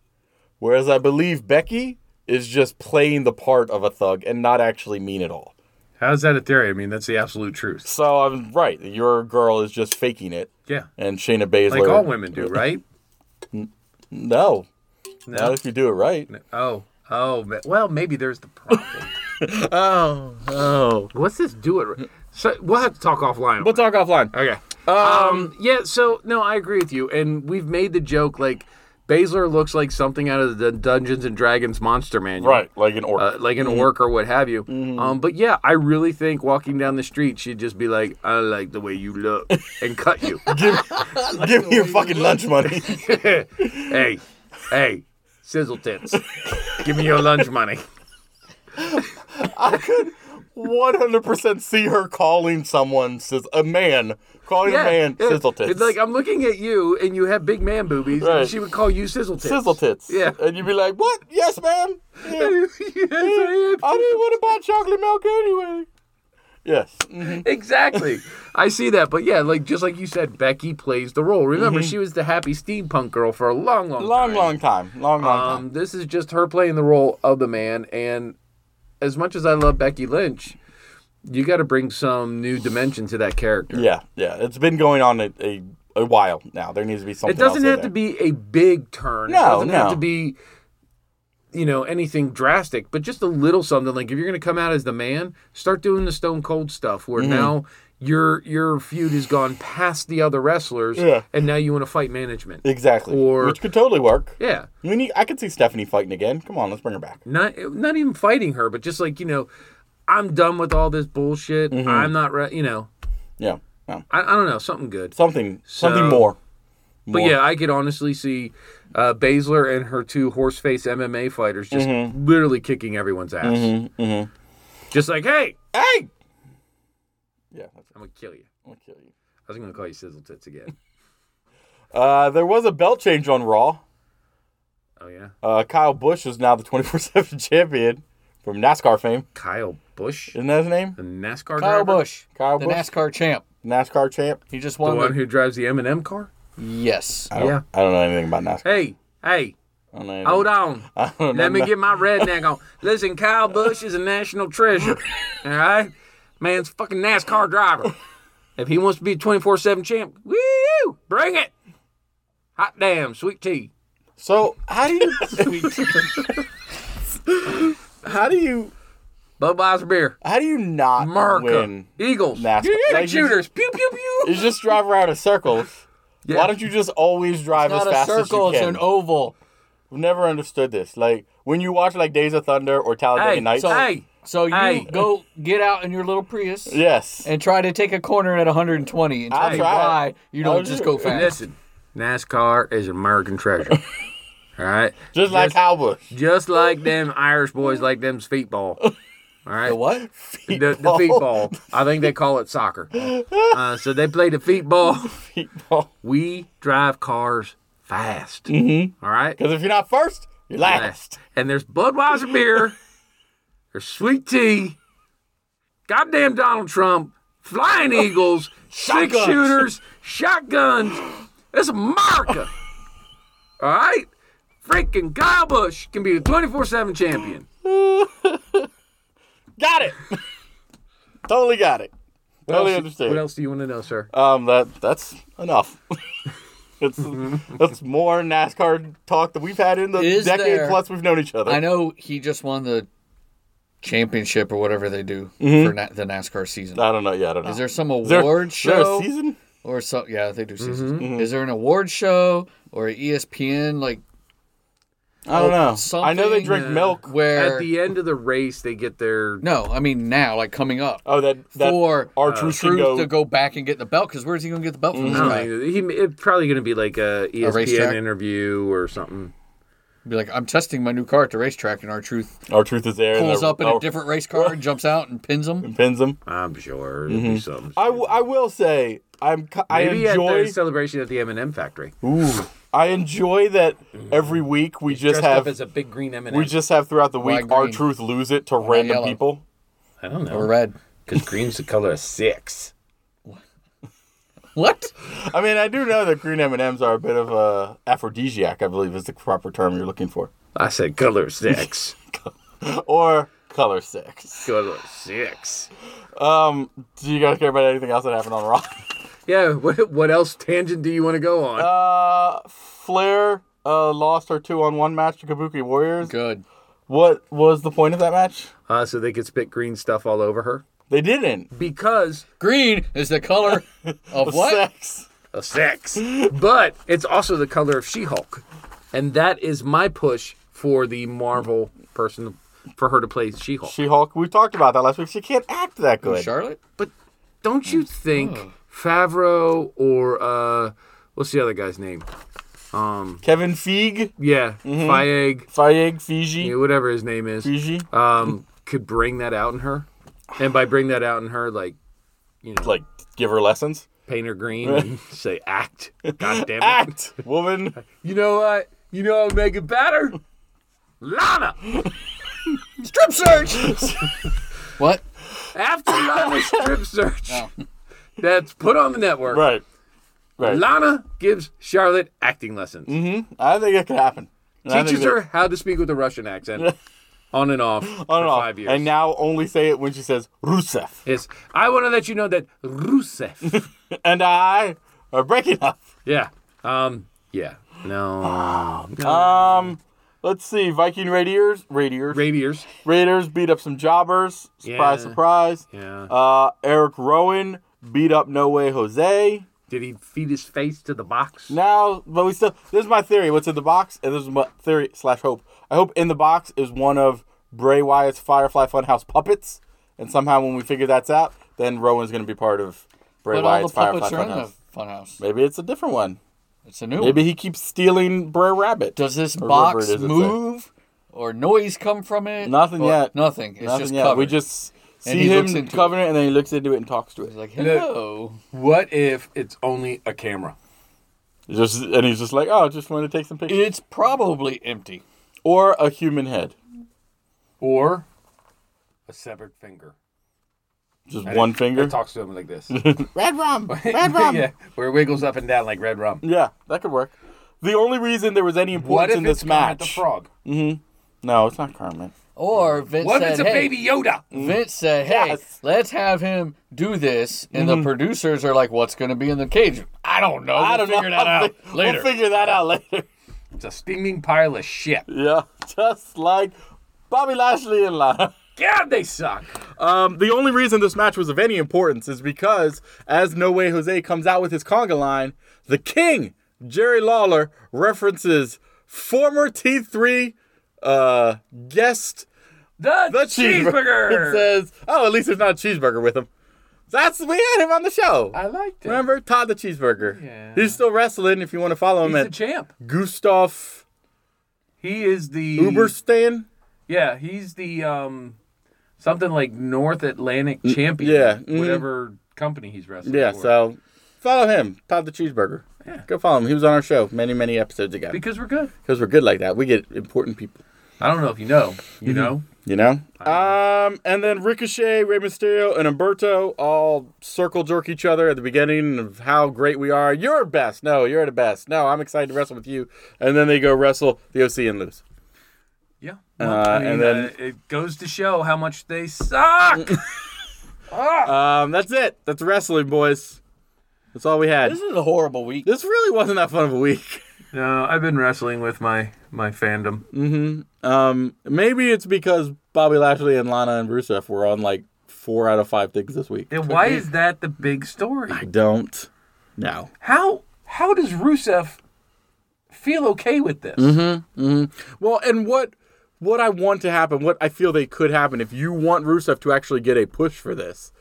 Speaker 2: Whereas I believe Becky is just playing the part of a thug and not actually mean at all.
Speaker 3: How's that a theory? I mean, that's the absolute truth.
Speaker 2: So I'm right. Your girl is just faking it.
Speaker 3: Yeah.
Speaker 2: And Shayna Baszler.
Speaker 3: Like all women do, right?
Speaker 2: No. Not if you do it right.
Speaker 3: Oh, oh, ma- well, maybe there's the problem.
Speaker 2: Oh, oh.
Speaker 3: What's this do it? right- So we'll have to talk offline.
Speaker 2: We'll talk offline.
Speaker 3: okay. Um, yeah. So no, I agree with you, and we've made the joke like Basler looks like something out of the Dungeons and Dragons monster manual,
Speaker 2: Right, Mm-hmm. like an orc.
Speaker 3: Uh, like an orc or what have you. Um, but yeah, I really think walking down the street, she'd just be like, "I like the way you look," and cut you.
Speaker 2: Give me your fucking lunch money.
Speaker 3: hey, hey, sizzle tits, give me your lunch money.
Speaker 2: 100% see her calling someone, sis- a man, calling a man
Speaker 3: yeah.
Speaker 2: sizzle tits.
Speaker 3: It's like oh, I'm looking at you, and you have big man boobies.
Speaker 2: Right.
Speaker 3: and She would call you sizzle tits.
Speaker 2: sizzle tits.
Speaker 3: Yeah.
Speaker 2: And you'd be like, what? Yes, ma'am. Yeah.
Speaker 3: Yes, I am.
Speaker 2: I didn't want to buy chocolate milk anyway. Yes.
Speaker 3: Exactly. I see that. But yeah, like just like you said, Becky plays the role. Remember, she was the happy steampunk girl for a long, long,
Speaker 2: Mm-hmm. Long,
Speaker 3: time.
Speaker 2: long time. Long, long time.
Speaker 3: Um, this is just her playing the role of the man. And as much as I love Becky Lynch, you got to bring some new dimension to that character.
Speaker 2: Yeah, yeah. It's been going on a, a, a while now. There needs to be something
Speaker 3: It doesn't
Speaker 2: else in
Speaker 3: have to
Speaker 2: there.
Speaker 3: be a big turn.
Speaker 2: No,
Speaker 3: it doesn't have
Speaker 2: no.
Speaker 3: to be you know anything drastic, but just a little something. Like if you're going to come out as the man, start doing the Stone Cold stuff,
Speaker 2: Mm-hmm.
Speaker 3: where now your your feud has gone past the other wrestlers,
Speaker 2: Yeah.
Speaker 3: and now you want to fight management.
Speaker 2: Exactly.
Speaker 3: or-
Speaker 2: Which could totally work.
Speaker 3: yeah,
Speaker 2: We need, I could see Stephanie fighting again. Come on, let's bring her back.
Speaker 3: not not even fighting her, but just like you know, I'm done with all this bullshit.
Speaker 2: Mm-hmm.
Speaker 3: I'm not, re- you know,
Speaker 2: Yeah. yeah.
Speaker 3: I, I don't know, something good.
Speaker 2: Something something
Speaker 3: So-
Speaker 2: more.
Speaker 3: But
Speaker 2: More.
Speaker 3: yeah, I could honestly see uh, Baszler and her two horseface MMA fighters just
Speaker 2: Mm-hmm.
Speaker 3: literally kicking everyone's ass. Just like, hey,
Speaker 2: Hey! Yeah, that's
Speaker 3: I'm gonna kill you. I
Speaker 2: gonna kill you.
Speaker 3: was gonna call you sizzle tits again.
Speaker 2: Uh, there was a belt change on Raw.
Speaker 3: Oh yeah,
Speaker 2: Uh, Kyle Bush is now the 24 7 champion from NASCAR fame.
Speaker 3: Kyle Bush,
Speaker 2: Isn't that his name?
Speaker 3: the NASCAR driver,
Speaker 4: Kyle Bush,
Speaker 2: Kyle
Speaker 4: the
Speaker 2: Busch?
Speaker 4: NASCAR champ.
Speaker 2: NASCAR champ?
Speaker 4: He just
Speaker 3: the
Speaker 4: won.
Speaker 3: one
Speaker 4: The
Speaker 3: who drives the M&M car.
Speaker 4: yes.
Speaker 2: I don't,
Speaker 3: Yeah.
Speaker 2: I don't know anything about NASCAR.
Speaker 3: Hey, hey,
Speaker 2: I don't know anything.
Speaker 3: hold on.
Speaker 2: I don't know
Speaker 3: Let me
Speaker 2: no-
Speaker 3: get my redneck on. Listen, Kyle Bush is a national treasure. All right, man's a fucking NASCAR driver. If he wants to be a 24/7 champ, woo, bring it. Hot damn, sweet tea.
Speaker 2: So, how do you. how do you.
Speaker 3: Budweiser beer.
Speaker 2: How do you not
Speaker 3: America.
Speaker 2: win
Speaker 3: Eagles.
Speaker 2: NASCAR?
Speaker 3: You hit it,
Speaker 2: Like, you-
Speaker 3: shooters. Pew pew pew.
Speaker 2: You just drive around in circles. Why don't you just always drive as
Speaker 4: Not a
Speaker 2: fast
Speaker 4: circle,
Speaker 2: as you
Speaker 4: it's
Speaker 2: can?
Speaker 4: an oval.
Speaker 2: I've never understood this. Like when you watch like Days of Thunder or Talladega
Speaker 3: Hey,
Speaker 2: Nights.
Speaker 4: So,
Speaker 3: Hey,
Speaker 4: so you
Speaker 3: hey.
Speaker 4: go get out in your little Prius
Speaker 2: yes.
Speaker 4: and try to take a corner at 120 and tell
Speaker 2: I'll
Speaker 4: me
Speaker 2: try it.
Speaker 4: why you don't
Speaker 2: I'll
Speaker 4: just
Speaker 2: do
Speaker 4: go
Speaker 2: it.
Speaker 4: fast.
Speaker 3: Listen, NASCAR is an American treasure. All right,
Speaker 2: just like Cowboy.
Speaker 3: just like them Irish boys like them's feetball. All right,
Speaker 4: The what?
Speaker 3: The, the feetball. I think they call it soccer. Uh, so they play the feetball. We drive cars fast. Mm-hmm. right,
Speaker 2: Because if you're not first, you're last.
Speaker 3: fast. And there's Budweiser beer. There's sweet tea. Goddamn Donald Trump. Flying eagles. six
Speaker 2: Shotguns.
Speaker 3: shooters. Shotguns. It's America. All right? Freaking Kyle Bush can be the 24 7 champion.
Speaker 2: Got it. totally got it. Totally
Speaker 3: What
Speaker 2: understand.
Speaker 3: else do you want to know, sir?
Speaker 2: Um, that that's enough. It's, that's more NASCAR talk that we've had in the
Speaker 4: Mm-hmm. Is
Speaker 2: decade
Speaker 4: there-
Speaker 2: plus we've known each other.
Speaker 4: I know he just won the championship or whatever they do for na- the NASCAR season.
Speaker 2: I don't know. Yeah, I don't know.
Speaker 4: Is there some
Speaker 2: Mm-hmm. Is there-
Speaker 4: award
Speaker 2: is there a
Speaker 4: show
Speaker 2: season? Mm-hmm.
Speaker 4: or so? Yeah, they do seasons. Is there an award show or E an ESPN like
Speaker 2: I don't know. I know they
Speaker 4: something,
Speaker 2: drink
Speaker 4: uh,
Speaker 2: milk.
Speaker 4: where?
Speaker 3: At the end of the race, they get their.
Speaker 4: no, I mean now, like coming up.
Speaker 2: Oh, that, that
Speaker 4: for
Speaker 2: our
Speaker 4: uh,
Speaker 2: truth,
Speaker 4: truth
Speaker 2: can go.
Speaker 4: to go back and get the belt because where's he gonna get the belt from? This
Speaker 3: I
Speaker 4: guy?
Speaker 3: mean, he, it's probably going to be like a E ESPN
Speaker 4: racetrack?
Speaker 3: interview or something.
Speaker 4: Be like, I'm testing my new car at the racetrack, and our truth
Speaker 2: Our truth is there. and
Speaker 4: pulls
Speaker 2: they're-
Speaker 4: up in
Speaker 2: our-
Speaker 4: a different race car and jumps out and pins him.
Speaker 2: pins them.
Speaker 3: I'm sure it'll be something.
Speaker 2: I, w- I will say I'm c- I
Speaker 3: Maybe at
Speaker 2: enjoy
Speaker 3: the celebration at the M&M factory.
Speaker 2: Ooh. I enjoy that every week we just
Speaker 3: dressed up
Speaker 2: have
Speaker 3: as a big green M&M.
Speaker 2: we just have throughout the week
Speaker 4: Why
Speaker 2: our
Speaker 4: green?
Speaker 2: truth lose it to random
Speaker 4: yellow?
Speaker 2: people.
Speaker 3: I don't know.
Speaker 4: Or red.
Speaker 3: Because green's the color of six.
Speaker 4: What?
Speaker 2: I mean, I do know that green M and M's are a bit of a aphrodisiac. I believe is the proper term you're looking for,
Speaker 3: I said color of six.
Speaker 2: or color six.
Speaker 3: color of six.
Speaker 2: Um, do you guys care about anything else that happened on Raw?
Speaker 3: Yeah, what, what else tangent do you want to go on?
Speaker 2: Uh, Flair uh, lost her two on one match to Kabuki Warriors.
Speaker 4: Good.
Speaker 2: What was the point of that match?
Speaker 3: Uh, so they could spit green stuff all over her?
Speaker 2: They didn't.
Speaker 3: Because
Speaker 4: Green is the color of what?
Speaker 2: Sex.
Speaker 3: of sex. but it's also the color of She Hulk. And that is my push for the Marvel person for her to play She Hulk.
Speaker 2: She Hulk. We talked about that last week. She can't act that good.
Speaker 4: Charlotte.
Speaker 3: But don't you think Favreau or uh, what's the other guy's name?
Speaker 2: Kevin Feig,
Speaker 3: Yeah, Feig,
Speaker 2: Feig, Fiji,
Speaker 3: yeah, whatever his name is,
Speaker 2: Fiji,
Speaker 3: um, could bring that out in her. And by bring that out in her, like
Speaker 2: like give her lessons.
Speaker 3: paint her green and say act. God damn it.
Speaker 2: Act, woman.
Speaker 3: You know what? You know what would make it better? Lana!
Speaker 4: Strip search. what?
Speaker 3: After Lana's strip search that's put on the network,
Speaker 2: Right. Mm-hmm.
Speaker 3: Lana gives Charlotte acting lessons.
Speaker 2: I think it could happen. And I think
Speaker 3: Teaches
Speaker 2: that-
Speaker 3: her how to speak with a Russian accent on and off
Speaker 2: on
Speaker 3: for
Speaker 2: and off.
Speaker 3: five years.
Speaker 2: And now only say it when she says Rusev.
Speaker 3: Yes. I want to let you know that Rusev.
Speaker 2: And I are breaking up.
Speaker 3: yeah. Um. Yeah.
Speaker 2: Ah.
Speaker 3: No.
Speaker 2: Um, let's see. Viking Raiders, Raiders,
Speaker 3: Radiers.
Speaker 2: Raiders beat up some jobbers. Surprise,
Speaker 3: Yeah.
Speaker 2: surprise.
Speaker 3: Yeah.
Speaker 2: Uh, Eric Rowan beat up No Way Jose.
Speaker 3: Did he feed his face to the box?
Speaker 2: Now, but we still. This is my theory. What's in the box? And this is my theory slash hope. I hope in the box is one of Bray Wyatt's Firefly Funhouse puppets, and somehow when we figure that's out, then Rowan's going to be part of Bray
Speaker 4: But all
Speaker 2: Wyatt's
Speaker 4: the puppets
Speaker 2: Firefly
Speaker 4: are in the
Speaker 2: Funhouse.
Speaker 4: funhouse.
Speaker 2: Maybe it's a different one.
Speaker 4: It's a new
Speaker 2: Maybe
Speaker 4: one.
Speaker 2: he keeps stealing Brer Rabbit.
Speaker 4: Does this
Speaker 2: Or whatever
Speaker 4: box
Speaker 2: it is it's
Speaker 4: move or noise come from it?
Speaker 2: Nothing
Speaker 4: Or-
Speaker 2: yet.
Speaker 4: Nothing. It's
Speaker 2: Nothing
Speaker 4: just
Speaker 2: yet.
Speaker 4: covered.
Speaker 2: We just
Speaker 4: And
Speaker 2: see
Speaker 4: he looks
Speaker 2: him
Speaker 4: into
Speaker 2: covering it. and then he looks into it and talks to it.
Speaker 4: It's like hello.
Speaker 3: What if it's only a camera?
Speaker 2: Just and he's just like, oh, just wanted to take some pictures.
Speaker 4: It's probably empty.
Speaker 2: Or a human head,
Speaker 3: Or a severed finger.
Speaker 2: just one finger.
Speaker 3: It talks to him like this.
Speaker 2: Red rum, red rum.
Speaker 3: yeah. Where it wiggles up and down like red rum.
Speaker 2: Yeah, that could work. The only reason there was any
Speaker 3: What
Speaker 2: importance
Speaker 3: if
Speaker 2: in
Speaker 3: it's
Speaker 2: this
Speaker 3: Kermit
Speaker 2: match.
Speaker 3: the frog?
Speaker 2: No, it's not Carmen.
Speaker 4: Or Vince
Speaker 3: What if
Speaker 4: said,
Speaker 3: it's a
Speaker 4: "Hey,
Speaker 3: baby Yoda?
Speaker 4: Vince said, "Hey,
Speaker 2: Yes. Mm-hmm.
Speaker 4: let's have him do this," and the producers are like, "What's going to be in the cage?" I don't know.
Speaker 2: I
Speaker 4: we'll
Speaker 2: don't
Speaker 4: figure
Speaker 2: know.
Speaker 4: that
Speaker 2: I'll
Speaker 4: out
Speaker 2: fi-
Speaker 4: later.
Speaker 2: We'll figure that out later.
Speaker 3: It's a steaming pile of shit.
Speaker 2: Yeah, just like Bobby Lashley and Lana.
Speaker 3: God, they suck.
Speaker 2: Um, the only reason this match was of any importance is because as No Way Jose comes out with his conga line, the king, Jerry Lawler, references former T3 uh, guest
Speaker 3: The,
Speaker 2: the cheeseburger. It
Speaker 3: cheeseburger.
Speaker 2: says, oh, at least there's not a cheeseburger with him. That's we had him on the show.
Speaker 3: I liked it.
Speaker 2: Remember Todd the Cheeseburger?
Speaker 3: Yeah.
Speaker 2: He's still wrestling. If you want to follow him
Speaker 3: He's the
Speaker 2: at
Speaker 3: champ.
Speaker 2: Gustav
Speaker 3: He is the
Speaker 2: Uberstan.
Speaker 3: Yeah, he's the um something like North Atlantic champion.
Speaker 2: yeah, mhm.
Speaker 3: whatever company he's wrestling.
Speaker 2: Yeah.
Speaker 3: for.
Speaker 2: So follow him, Todd the Cheeseburger.
Speaker 3: Yeah.
Speaker 2: Go follow him. He was on our show many, many episodes ago.
Speaker 3: because we're good.
Speaker 2: Because we're good like that. We get important people.
Speaker 3: I don't know if you know.
Speaker 2: Mm-hmm.
Speaker 3: You know.
Speaker 2: You know? Um, and then Ricochet, Rey Mysterio, and Umberto all circle jerk each other at the beginning of how great we are. You're best. No, you're the best. No, I'm excited to wrestle with you. And then they go wrestle the OC and lose.
Speaker 3: Yeah.
Speaker 2: Uh, and then-
Speaker 3: uh, it goes to show how much they suck.
Speaker 2: Um, that's it. That's wrestling, boys. That's all we had.
Speaker 4: This is a horrible week.
Speaker 2: This really wasn't that fun of a week.
Speaker 3: no, I've been wrestling with my my fandom.
Speaker 2: Um, maybe it's because Bobby Lashley and Lana and Rusev were on like four out of five things this week.
Speaker 3: And why is that the big story?
Speaker 2: I don't know.
Speaker 3: How how does Rusev feel okay with this?
Speaker 2: Mm-hmm, Well, and what what I want to happen, what I feel they could happen, if you want Rusev to actually get a push for this,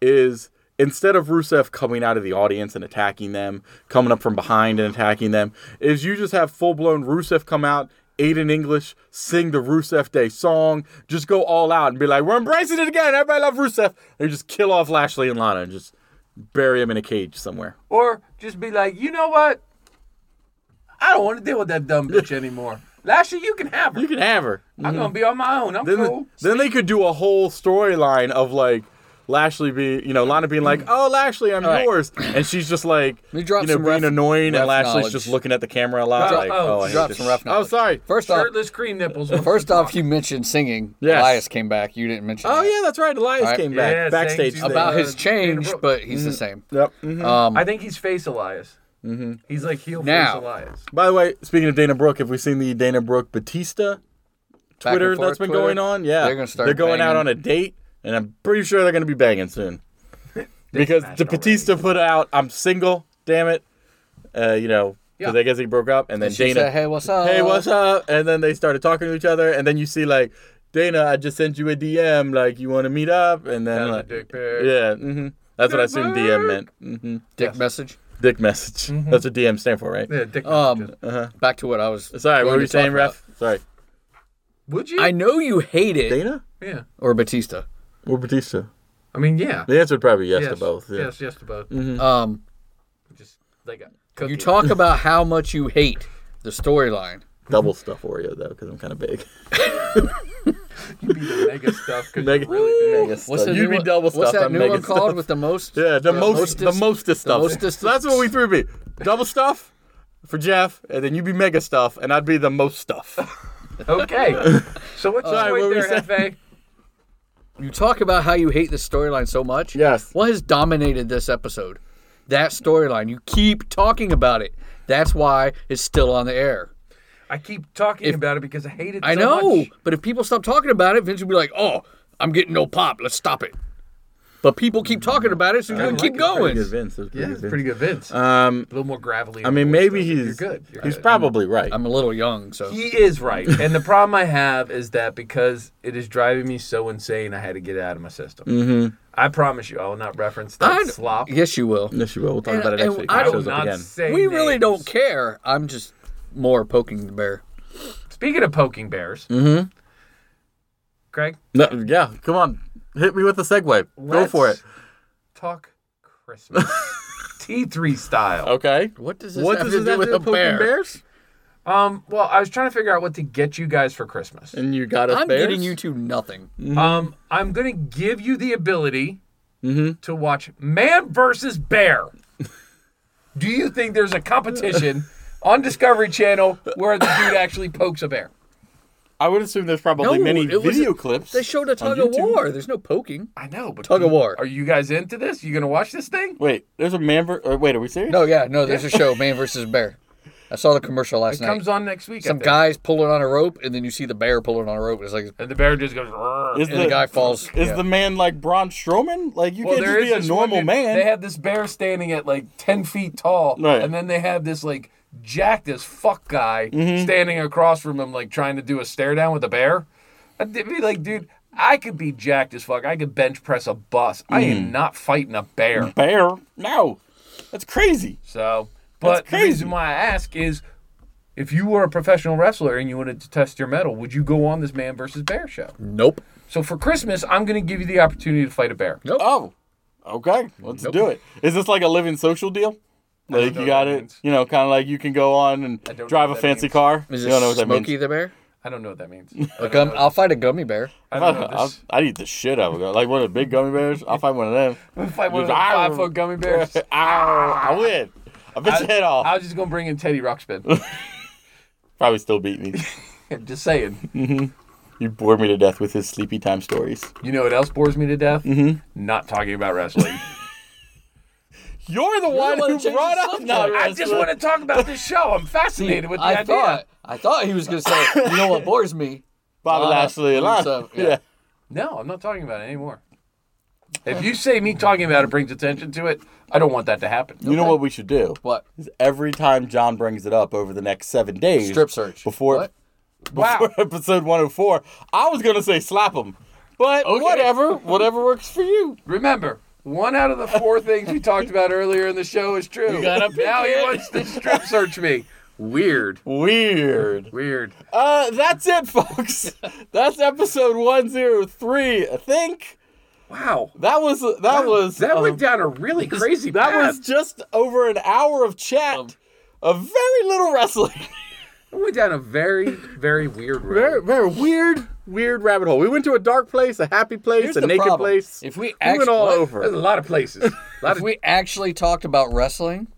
Speaker 2: is instead of Rusev coming out of the audience and attacking them, coming up from behind and attacking them, is you just have full blown Rusev come out. Aiden English, sing the Rusev Day song, just go all out and be like, we're embracing it again. Everybody love Rusev. And just kill off Lashley and Lana and just bury him in a cage somewhere.
Speaker 3: Or just be like, you know what? I don't want to deal with that dumb bitch anymore. Lashley, you can have her.
Speaker 2: You can have her.
Speaker 3: I'm gonna be on my own. I'm
Speaker 2: Then,
Speaker 4: Oh,
Speaker 3: cool.
Speaker 2: then they could do a whole storyline of like Lashley be, you know, Lana being like, "Oh, Lashley, I'm
Speaker 4: Mm. right.
Speaker 2: yours," and she's just like,
Speaker 4: me
Speaker 2: you
Speaker 4: drop
Speaker 2: know,
Speaker 4: some
Speaker 2: being
Speaker 4: ref-
Speaker 2: annoying,
Speaker 4: ref
Speaker 2: and Lashley's
Speaker 4: knowledge.
Speaker 2: just looking at the camera a lot,
Speaker 3: Drop-
Speaker 2: like,
Speaker 3: oh,
Speaker 2: "Oh, I hate
Speaker 4: drop
Speaker 2: this
Speaker 4: some
Speaker 2: shit."
Speaker 4: ref
Speaker 2: Oh,
Speaker 4: knowledge.
Speaker 2: sorry.
Speaker 4: First off,
Speaker 3: Shirtless cream nipples.
Speaker 4: first off, you mentioned singing.
Speaker 2: Yes.
Speaker 4: Elias came back. You didn't mention
Speaker 2: Oh
Speaker 4: that.
Speaker 2: yeah, that's right. Elias
Speaker 4: Alright.
Speaker 2: came back
Speaker 3: Yeah,
Speaker 2: backstage.
Speaker 3: thank you.
Speaker 2: thing.
Speaker 4: about
Speaker 3: Uh,
Speaker 4: his change,
Speaker 3: Dana Brooke.
Speaker 4: but he's the same.
Speaker 2: Yep. mhm.
Speaker 4: Um,
Speaker 3: I think he's face Elias. Mm-hmm. He's like heel
Speaker 4: Now.
Speaker 3: face Elias.
Speaker 2: By the way, speaking of Dana Brooke, have we seen the Dana Brooke Batista
Speaker 4: and
Speaker 2: Twitter
Speaker 4: forth
Speaker 2: that's been
Speaker 4: Twitter?
Speaker 2: going on? Yeah,
Speaker 4: They're gonna start
Speaker 2: They're going out
Speaker 4: banging.
Speaker 2: on a date, and I'm pretty sure they're going to be banging soon. because the Batista put out, "I'm single, damn it," uh, you know, because
Speaker 4: Yeah.
Speaker 2: I guess he broke up, and then
Speaker 4: she
Speaker 2: Dana,
Speaker 4: said, "Hey, what's up?"
Speaker 2: "Hey, what's up?" And then they started talking to each other, and then you see like, Dana, I just sent you a DM, like you want to meet up, and then
Speaker 3: That's a
Speaker 2: like,
Speaker 3: dick pic.
Speaker 2: yeah, hmm that's what I assume DM meant. hmm
Speaker 4: Dick message.
Speaker 2: Dick message.
Speaker 4: Mm-hmm.
Speaker 2: That's what DM stand for, right?
Speaker 3: Yeah, dick
Speaker 4: Um, back to what I was.
Speaker 2: Uh-huh. Sorry, what
Speaker 4: going
Speaker 2: were you
Speaker 4: to talk
Speaker 2: saying,
Speaker 4: about.
Speaker 2: ref? Sorry,
Speaker 3: Would you?
Speaker 4: I know you hate it
Speaker 2: Dana
Speaker 3: yeah.
Speaker 4: or Batista.
Speaker 2: or Batista?
Speaker 3: I mean, yeah.
Speaker 2: The answer would probably be yes,
Speaker 3: yes.
Speaker 2: to both. Yeah.
Speaker 3: Yes, yes to both.
Speaker 4: Um,
Speaker 3: Just like a cookie.
Speaker 4: you talk about how much you hate the storyline.
Speaker 2: Double stuff Oreo though, because I'm kind of big.
Speaker 3: You'd be the mega stuff. 'cause
Speaker 2: Mega-
Speaker 3: you're really big.
Speaker 2: Mega
Speaker 4: What's
Speaker 2: stuff.
Speaker 4: that
Speaker 2: You
Speaker 4: new
Speaker 2: be
Speaker 4: one-
Speaker 2: double
Speaker 4: What's
Speaker 2: stuff.
Speaker 4: that
Speaker 2: I'm
Speaker 4: new
Speaker 2: mega
Speaker 4: one called
Speaker 2: stuff.
Speaker 4: with the most?
Speaker 2: Yeah, the most, the most stuff.
Speaker 4: mostest-
Speaker 2: So that's what we threw me. Double stuff for Jeff, and then you be mega stuff, and I'd be the most stuff.
Speaker 3: Okay. So what's your
Speaker 2: Sorry, what
Speaker 3: point
Speaker 2: were you
Speaker 3: there, Hefe?
Speaker 4: You talk about how you hate the storyline so much.
Speaker 2: Yes.
Speaker 4: What has dominated this episode? That storyline. You keep talking about it. That's why it's still on the air.
Speaker 3: I keep talking about it because I hate it
Speaker 4: I
Speaker 3: so
Speaker 4: know,
Speaker 3: much.
Speaker 4: but if people stop talking about it, Vince will be like, "Oh, I'm getting no pop. Let's stop it." But people keep talking about it, so you
Speaker 3: I
Speaker 4: can
Speaker 3: like
Speaker 4: keep
Speaker 3: it.
Speaker 4: going.
Speaker 3: Yeah, it's pretty good Vince.
Speaker 2: Um,
Speaker 3: a little more gravelly.
Speaker 2: I mean, maybe he's
Speaker 3: You're good. You're
Speaker 2: he's
Speaker 3: good.
Speaker 2: probably right.
Speaker 4: I'm a little young, so
Speaker 3: He is right. And the problem I have is that because it is driving me so insane, I had to get it out of my system. I promise you, I will not reference that
Speaker 4: I'd-
Speaker 3: slop.
Speaker 4: Yes, you will.
Speaker 2: Yes, you will. We'll talk
Speaker 4: And-
Speaker 2: about it next
Speaker 4: and
Speaker 2: week.
Speaker 4: I
Speaker 2: when it
Speaker 3: I
Speaker 4: don't-
Speaker 3: will
Speaker 2: shows up
Speaker 3: not
Speaker 2: again.
Speaker 3: say
Speaker 4: we really
Speaker 3: names.
Speaker 4: don't care. I'm just more poking the bear.
Speaker 3: Speaking of poking bears, Craig,
Speaker 2: No, yeah, come on, hit me with the segue. Go
Speaker 3: let's
Speaker 2: for it.
Speaker 3: Talk Christmas. T3 style.
Speaker 2: Okay.
Speaker 4: What does this
Speaker 2: What
Speaker 4: have
Speaker 2: does
Speaker 4: to
Speaker 2: this
Speaker 4: do
Speaker 2: have
Speaker 4: with
Speaker 2: to do
Speaker 4: a
Speaker 2: with poking
Speaker 4: bear?
Speaker 2: bears?
Speaker 3: Um, well, I was trying to figure out what to get you guys for Christmas.
Speaker 2: And you got us
Speaker 4: I'm
Speaker 2: bears.
Speaker 4: getting you to nothing.
Speaker 3: Um, I'm gonna give you the ability
Speaker 4: Mm-hmm.
Speaker 3: to watch Man versus Bear. Do you think there's a competition on Discovery Channel where the dude actually pokes a bear?
Speaker 2: I would assume there's probably
Speaker 4: No,
Speaker 2: many
Speaker 4: it was-
Speaker 2: video clips.
Speaker 4: They showed a tug
Speaker 2: on
Speaker 4: of
Speaker 2: YouTube.
Speaker 4: war. There's no poking.
Speaker 3: I know, but
Speaker 4: Tug of war.
Speaker 3: Are you guys into this? You gonna watch this thing?
Speaker 2: uh,
Speaker 4: Oh,
Speaker 2: Wait, there's a man. Ver- or wait, are we serious?
Speaker 4: No, yeah, no. There's a show, man versus bear. I saw the commercial last
Speaker 3: It
Speaker 4: night.
Speaker 3: comes on next week. I
Speaker 4: Some
Speaker 3: think.
Speaker 4: guys pulling on a rope, and then you see the bear pulling on a rope. It's like, and
Speaker 3: and the bear just goes. "Rrr."
Speaker 2: Is
Speaker 4: the, guy falls.
Speaker 2: Is
Speaker 4: yeah.
Speaker 2: the man like Braun Strowman? Like you
Speaker 3: Well,
Speaker 2: can't
Speaker 3: there
Speaker 2: just
Speaker 3: is
Speaker 2: be a
Speaker 3: this one
Speaker 2: normal
Speaker 3: dude-
Speaker 2: man.
Speaker 3: They have this bear standing at like ten feet tall,
Speaker 2: Right.
Speaker 3: and then they have this like jacked as fuck guy
Speaker 2: Mm-hmm.
Speaker 3: standing across from him, like trying to do a stare down with the bear. I'd be like, dude, I could be jacked as fuck. I could bench press a bus. I
Speaker 2: Mm.
Speaker 3: am not fighting a bear.
Speaker 2: Bear? No, that's crazy.
Speaker 3: So, but the
Speaker 2: crazy.
Speaker 3: reason why I ask is, if you were a professional wrestler and you wanted to test your metal, would you go on this man versus bear show?
Speaker 4: nope.
Speaker 3: So for Christmas, I'm going to give you the opportunity to fight a bear.
Speaker 2: Oh, okay. Let's do it. Is this like a living social deal? Like
Speaker 3: know
Speaker 2: you
Speaker 3: what
Speaker 2: got
Speaker 3: that
Speaker 2: it.
Speaker 3: means.
Speaker 2: You know, kind of like you can go on
Speaker 3: don't know
Speaker 2: and drive a
Speaker 3: what that
Speaker 2: fancy
Speaker 3: means.
Speaker 2: car.
Speaker 4: Is
Speaker 2: you don't know
Speaker 4: this
Speaker 2: what that
Speaker 4: Smokey
Speaker 2: means.
Speaker 4: the bear?
Speaker 3: I don't know what that means.
Speaker 4: A gum, I'll fight a gummy bear.
Speaker 3: I
Speaker 2: I
Speaker 3: don't know
Speaker 2: I'll,
Speaker 3: this.
Speaker 2: I'd eat the shit out of it. Like one of the big gummy bears. I'll find one of them.
Speaker 3: Fight one of
Speaker 2: Just,
Speaker 3: the
Speaker 2: "Arr."
Speaker 3: five foot gummy bears.
Speaker 2: Ow! I win. I bet your head off.
Speaker 3: I was just gonna bring in Teddy Ruxpin.
Speaker 2: Probably still beat me.
Speaker 3: I'm just saying.
Speaker 2: You bore me to death with his sleepy time stories.
Speaker 3: You know what else bores me to death? Mm-hmm. Not talking about wrestling.
Speaker 2: You're the one
Speaker 4: one who
Speaker 2: who
Speaker 4: changed
Speaker 2: brought
Speaker 4: the
Speaker 2: up
Speaker 4: subject.
Speaker 2: not
Speaker 3: I just
Speaker 2: wrestling.
Speaker 3: want to talk about this show. I'm fascinated with the
Speaker 4: I
Speaker 3: idea.
Speaker 4: thought I thought he was gonna say, you know what bores me?
Speaker 2: Bobby
Speaker 4: Uh,
Speaker 2: Lashley and Lana.
Speaker 4: so, yeah.
Speaker 2: yeah.
Speaker 3: No, I'm not talking about it anymore. If you say me talking about it brings attention to it, I don't want that to happen.
Speaker 2: You know what we should do?
Speaker 4: What?
Speaker 2: Is every time John brings it up over the next seven days,
Speaker 4: Strip search.
Speaker 2: before
Speaker 4: What?
Speaker 2: before episode 104. I was gonna say slap him, but whatever, whatever works for you.
Speaker 3: Remember, one out of the four things we talked about earlier in the show is true. now he wants to strip search me. Weird.
Speaker 2: Weird.
Speaker 3: Weird.
Speaker 2: Uh, that's it, folks. that's episode 103. I think
Speaker 3: Wow.
Speaker 2: that was that was
Speaker 3: That
Speaker 2: um,
Speaker 3: went down a really crazy
Speaker 2: that
Speaker 3: path.
Speaker 2: was just over an hour of chat.
Speaker 4: Um,
Speaker 2: of very little wrestling.
Speaker 3: We went down a very, very weird road.
Speaker 2: Very, very weird, weird rabbit hole. We went to a dark place, a happy place,
Speaker 4: Here's
Speaker 2: a
Speaker 4: the
Speaker 2: naked
Speaker 4: problem.
Speaker 2: place.
Speaker 4: If we
Speaker 2: we
Speaker 4: act-
Speaker 2: went all
Speaker 4: what?
Speaker 3: There's a
Speaker 2: over.
Speaker 3: lot of places. A lot
Speaker 4: If
Speaker 3: of,
Speaker 4: we actually talked about wrestling,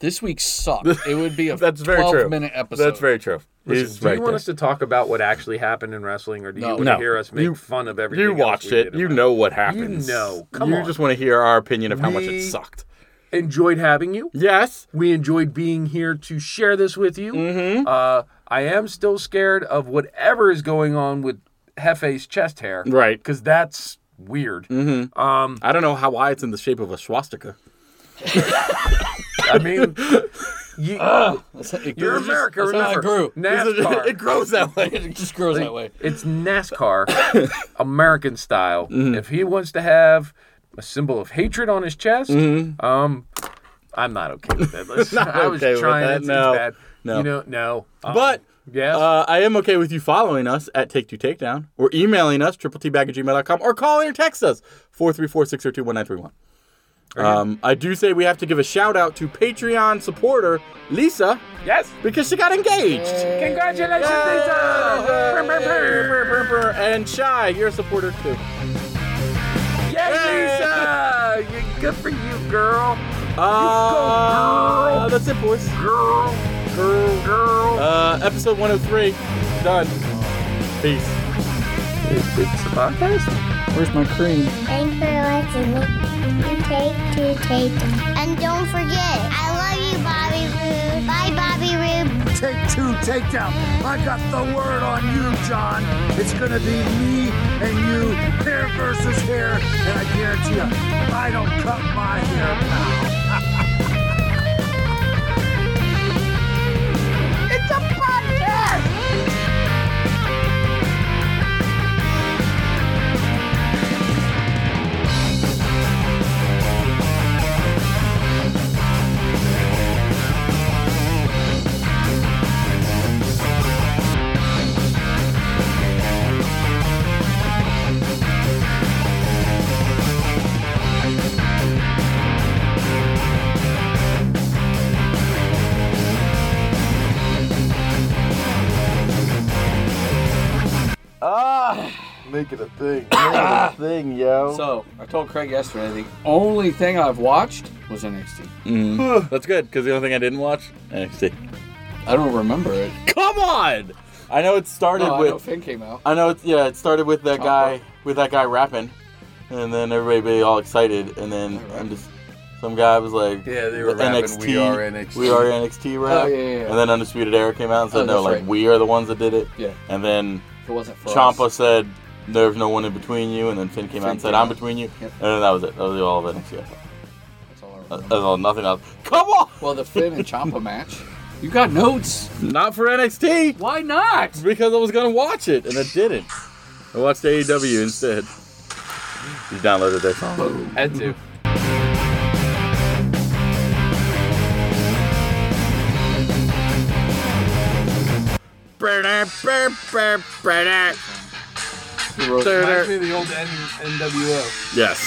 Speaker 4: this week sucked. It would be a
Speaker 2: That's very
Speaker 4: twelve
Speaker 2: true.
Speaker 4: minute episode.
Speaker 2: That's very true. He's
Speaker 3: do you
Speaker 2: right
Speaker 3: want
Speaker 2: there.
Speaker 3: us to talk about what actually happened in wrestling, or do you
Speaker 4: No.
Speaker 3: want
Speaker 2: No.
Speaker 3: to hear us make
Speaker 2: You-
Speaker 3: fun of everything?
Speaker 2: You
Speaker 3: else
Speaker 2: watched
Speaker 3: we
Speaker 2: it.
Speaker 3: did
Speaker 2: You
Speaker 3: about
Speaker 2: know what happens.
Speaker 3: know. Come
Speaker 2: you
Speaker 3: on.
Speaker 2: just want to hear our opinion of how much it
Speaker 3: We-
Speaker 2: sucked.
Speaker 3: Enjoyed having you.
Speaker 2: Yes.
Speaker 3: We enjoyed being here to share this with you.
Speaker 2: Mm-hmm.
Speaker 3: Uh, I am still scared of whatever is going on with Hefe's chest hair.
Speaker 2: Right. Mm-hmm.
Speaker 3: Because that's weird.
Speaker 2: Hmm. I don't know how why it's in the shape of a swastika.
Speaker 3: I mean, you,
Speaker 2: Ah,
Speaker 4: You're
Speaker 3: you're America,
Speaker 4: that's how I
Speaker 3: remember?
Speaker 4: grew.
Speaker 3: NASCAR.
Speaker 2: it grows that way.
Speaker 4: It just grows that way.
Speaker 3: It's NASCAR, American style.
Speaker 2: Mm-hmm.
Speaker 3: If he wants to have a symbol of hatred on his chest, um, I'm not okay with that. Let's- I was
Speaker 2: Mm-hmm. okay with
Speaker 3: trying.
Speaker 2: that,
Speaker 3: It's,
Speaker 2: no.
Speaker 3: it's bad.
Speaker 2: No.
Speaker 3: You know, no. Um,
Speaker 2: But
Speaker 3: yes,
Speaker 2: uh, I am okay with you following us at Take Two Takedown or emailing us triple at gmail.com or calling or text us 434-602-1931. Um, I do say we have to give a shout out to Patreon supporter Lisa
Speaker 3: yes.
Speaker 2: because she got engaged.
Speaker 3: Congratulations, Lisa!
Speaker 2: And Shy, you're a supporter too.
Speaker 3: Yes, Lisa! You- Good for you, girl.
Speaker 2: Uh, that's it, boys.
Speaker 3: Girl. Girl. Girl.
Speaker 2: Uh, episode 103, done. Peace.
Speaker 8: Thanks for watching me. Take two, take two. And don't forget, I love you, Bobby Roode. Bye, Bobby Roode.
Speaker 9: Take two, take down. I got the word on you, John. It's gonna be me and you, hair versus hair, and I guarantee you, I don't cut my hair, pal. it's a podcast!
Speaker 2: Make it a thing. Make it a thing, yo.
Speaker 4: So I told Craig yesterday the only thing I've watched was NXT.
Speaker 2: Mm-hmm. That's good, because the only thing I didn't watch, NXT.
Speaker 4: I don't remember it.
Speaker 2: Come on! I know it started
Speaker 4: No, Oh, I know
Speaker 2: with.
Speaker 4: Finn came out.
Speaker 2: I know it's yeah. It started with that
Speaker 4: Tom
Speaker 2: guy
Speaker 4: Brady.
Speaker 2: with that guy rapping, and then everybody be all excited, and then I'm just it's Some guy was like,
Speaker 3: Yeah, they were
Speaker 2: the
Speaker 3: rapping,
Speaker 2: NXT,
Speaker 3: "We are NXT."
Speaker 2: we are NXT rap.
Speaker 4: Oh, yeah, yeah, yeah.
Speaker 2: And then Undisputed Era came out and said,
Speaker 4: Oh,
Speaker 2: no,
Speaker 4: that's
Speaker 2: like
Speaker 4: right.
Speaker 2: we are the ones that did it.
Speaker 4: Yeah.
Speaker 2: And then
Speaker 4: If it wasn't for
Speaker 2: Champa
Speaker 4: us.
Speaker 2: said, there's no one in between you. And then Finn came out and said,
Speaker 4: Finn came
Speaker 2: I'm
Speaker 4: out.
Speaker 2: between you.
Speaker 4: Yep.
Speaker 2: And then that was it. That was all of NXT.
Speaker 4: That's all I
Speaker 2: That
Speaker 4: remember.
Speaker 2: was all. Nothing else. Come on.
Speaker 4: well, the Finn and Champa match. You got notes.
Speaker 2: Not for NXT
Speaker 4: Why not?
Speaker 2: because I was gonna watch it and I didn't. I watched AEW instead. You downloaded that song.
Speaker 4: Had to. Who wrote-
Speaker 3: Reminds me of the old N- NWO.
Speaker 2: Yes.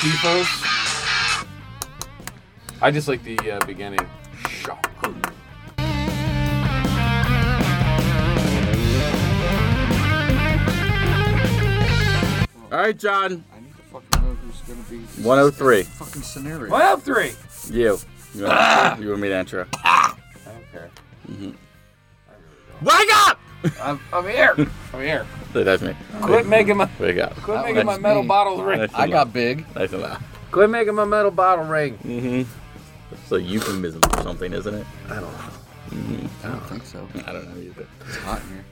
Speaker 3: Defos. I just like the uh, beginning. Shock.
Speaker 2: All right, John.
Speaker 4: I need to fucking know who's gonna be. this is
Speaker 2: 103.
Speaker 4: a Fucking Ah! scenario.
Speaker 3: Well, three.
Speaker 2: You. You want, you want me to intro? Mm-hmm. Wake up!
Speaker 3: I'm, I'm here. I'm here.
Speaker 2: That's me.
Speaker 3: Quit making my
Speaker 2: Wake up.
Speaker 3: quit
Speaker 4: That
Speaker 3: making my
Speaker 4: was
Speaker 3: metal
Speaker 4: me.
Speaker 3: bottle ring.
Speaker 2: Nice and
Speaker 4: I
Speaker 2: loud.
Speaker 4: got big.
Speaker 2: Nice and loud.
Speaker 3: Quit making my metal bottle ring.
Speaker 2: It's a euphemism or something, isn't it? Mm-hmm.
Speaker 4: I don't think so.
Speaker 2: I don't know either.
Speaker 4: It's hot in here.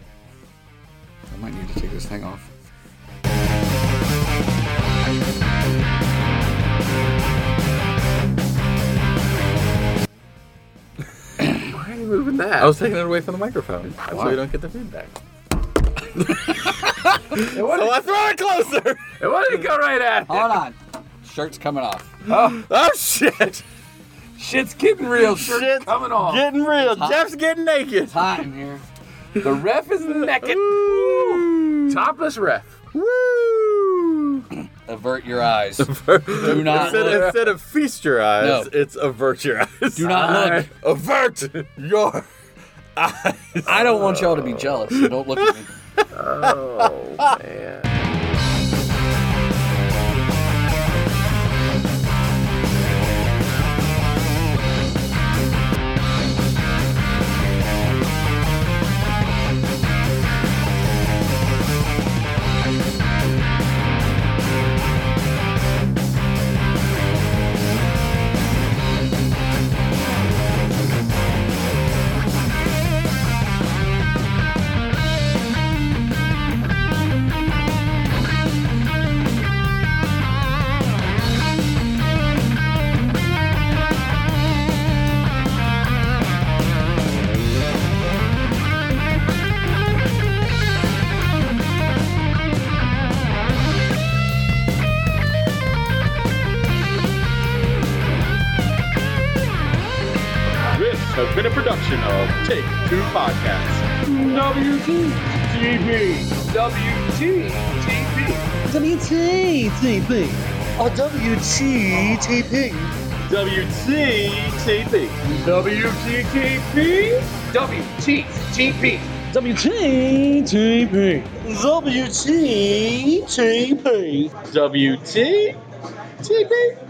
Speaker 4: I might need to take this thing off.
Speaker 3: Why are you moving that?
Speaker 2: I was taking it away from the microphone so
Speaker 4: Why?
Speaker 2: we don't get the feedback.
Speaker 3: it, wanted,
Speaker 2: So I throw it closer.
Speaker 3: it wanted to go right at it.
Speaker 4: Hold on. Shirt's coming off.
Speaker 2: Oh shit!
Speaker 3: Shit's getting real. Shit's
Speaker 2: Shit's
Speaker 3: coming off.
Speaker 2: Getting real.
Speaker 4: hot.
Speaker 2: Jeff's getting naked.
Speaker 4: It's hot in here.
Speaker 3: The ref is naked. Topless ref.
Speaker 2: Woo!
Speaker 4: Avert your eyes. Do
Speaker 2: Do
Speaker 4: not
Speaker 2: instead,
Speaker 4: look.
Speaker 2: instead of feast your eyes,
Speaker 4: No.
Speaker 2: it's avert your eyes. Do
Speaker 4: not look.
Speaker 2: Avert your.
Speaker 4: I don't want y'all to be jealous. So don't look at me.
Speaker 2: This has been a production of Take Two Podcasts.
Speaker 10: WTTP. Or WTTP.
Speaker 2: WTTP. WTTP.
Speaker 10: WTTP. WTTP.
Speaker 2: WTTP.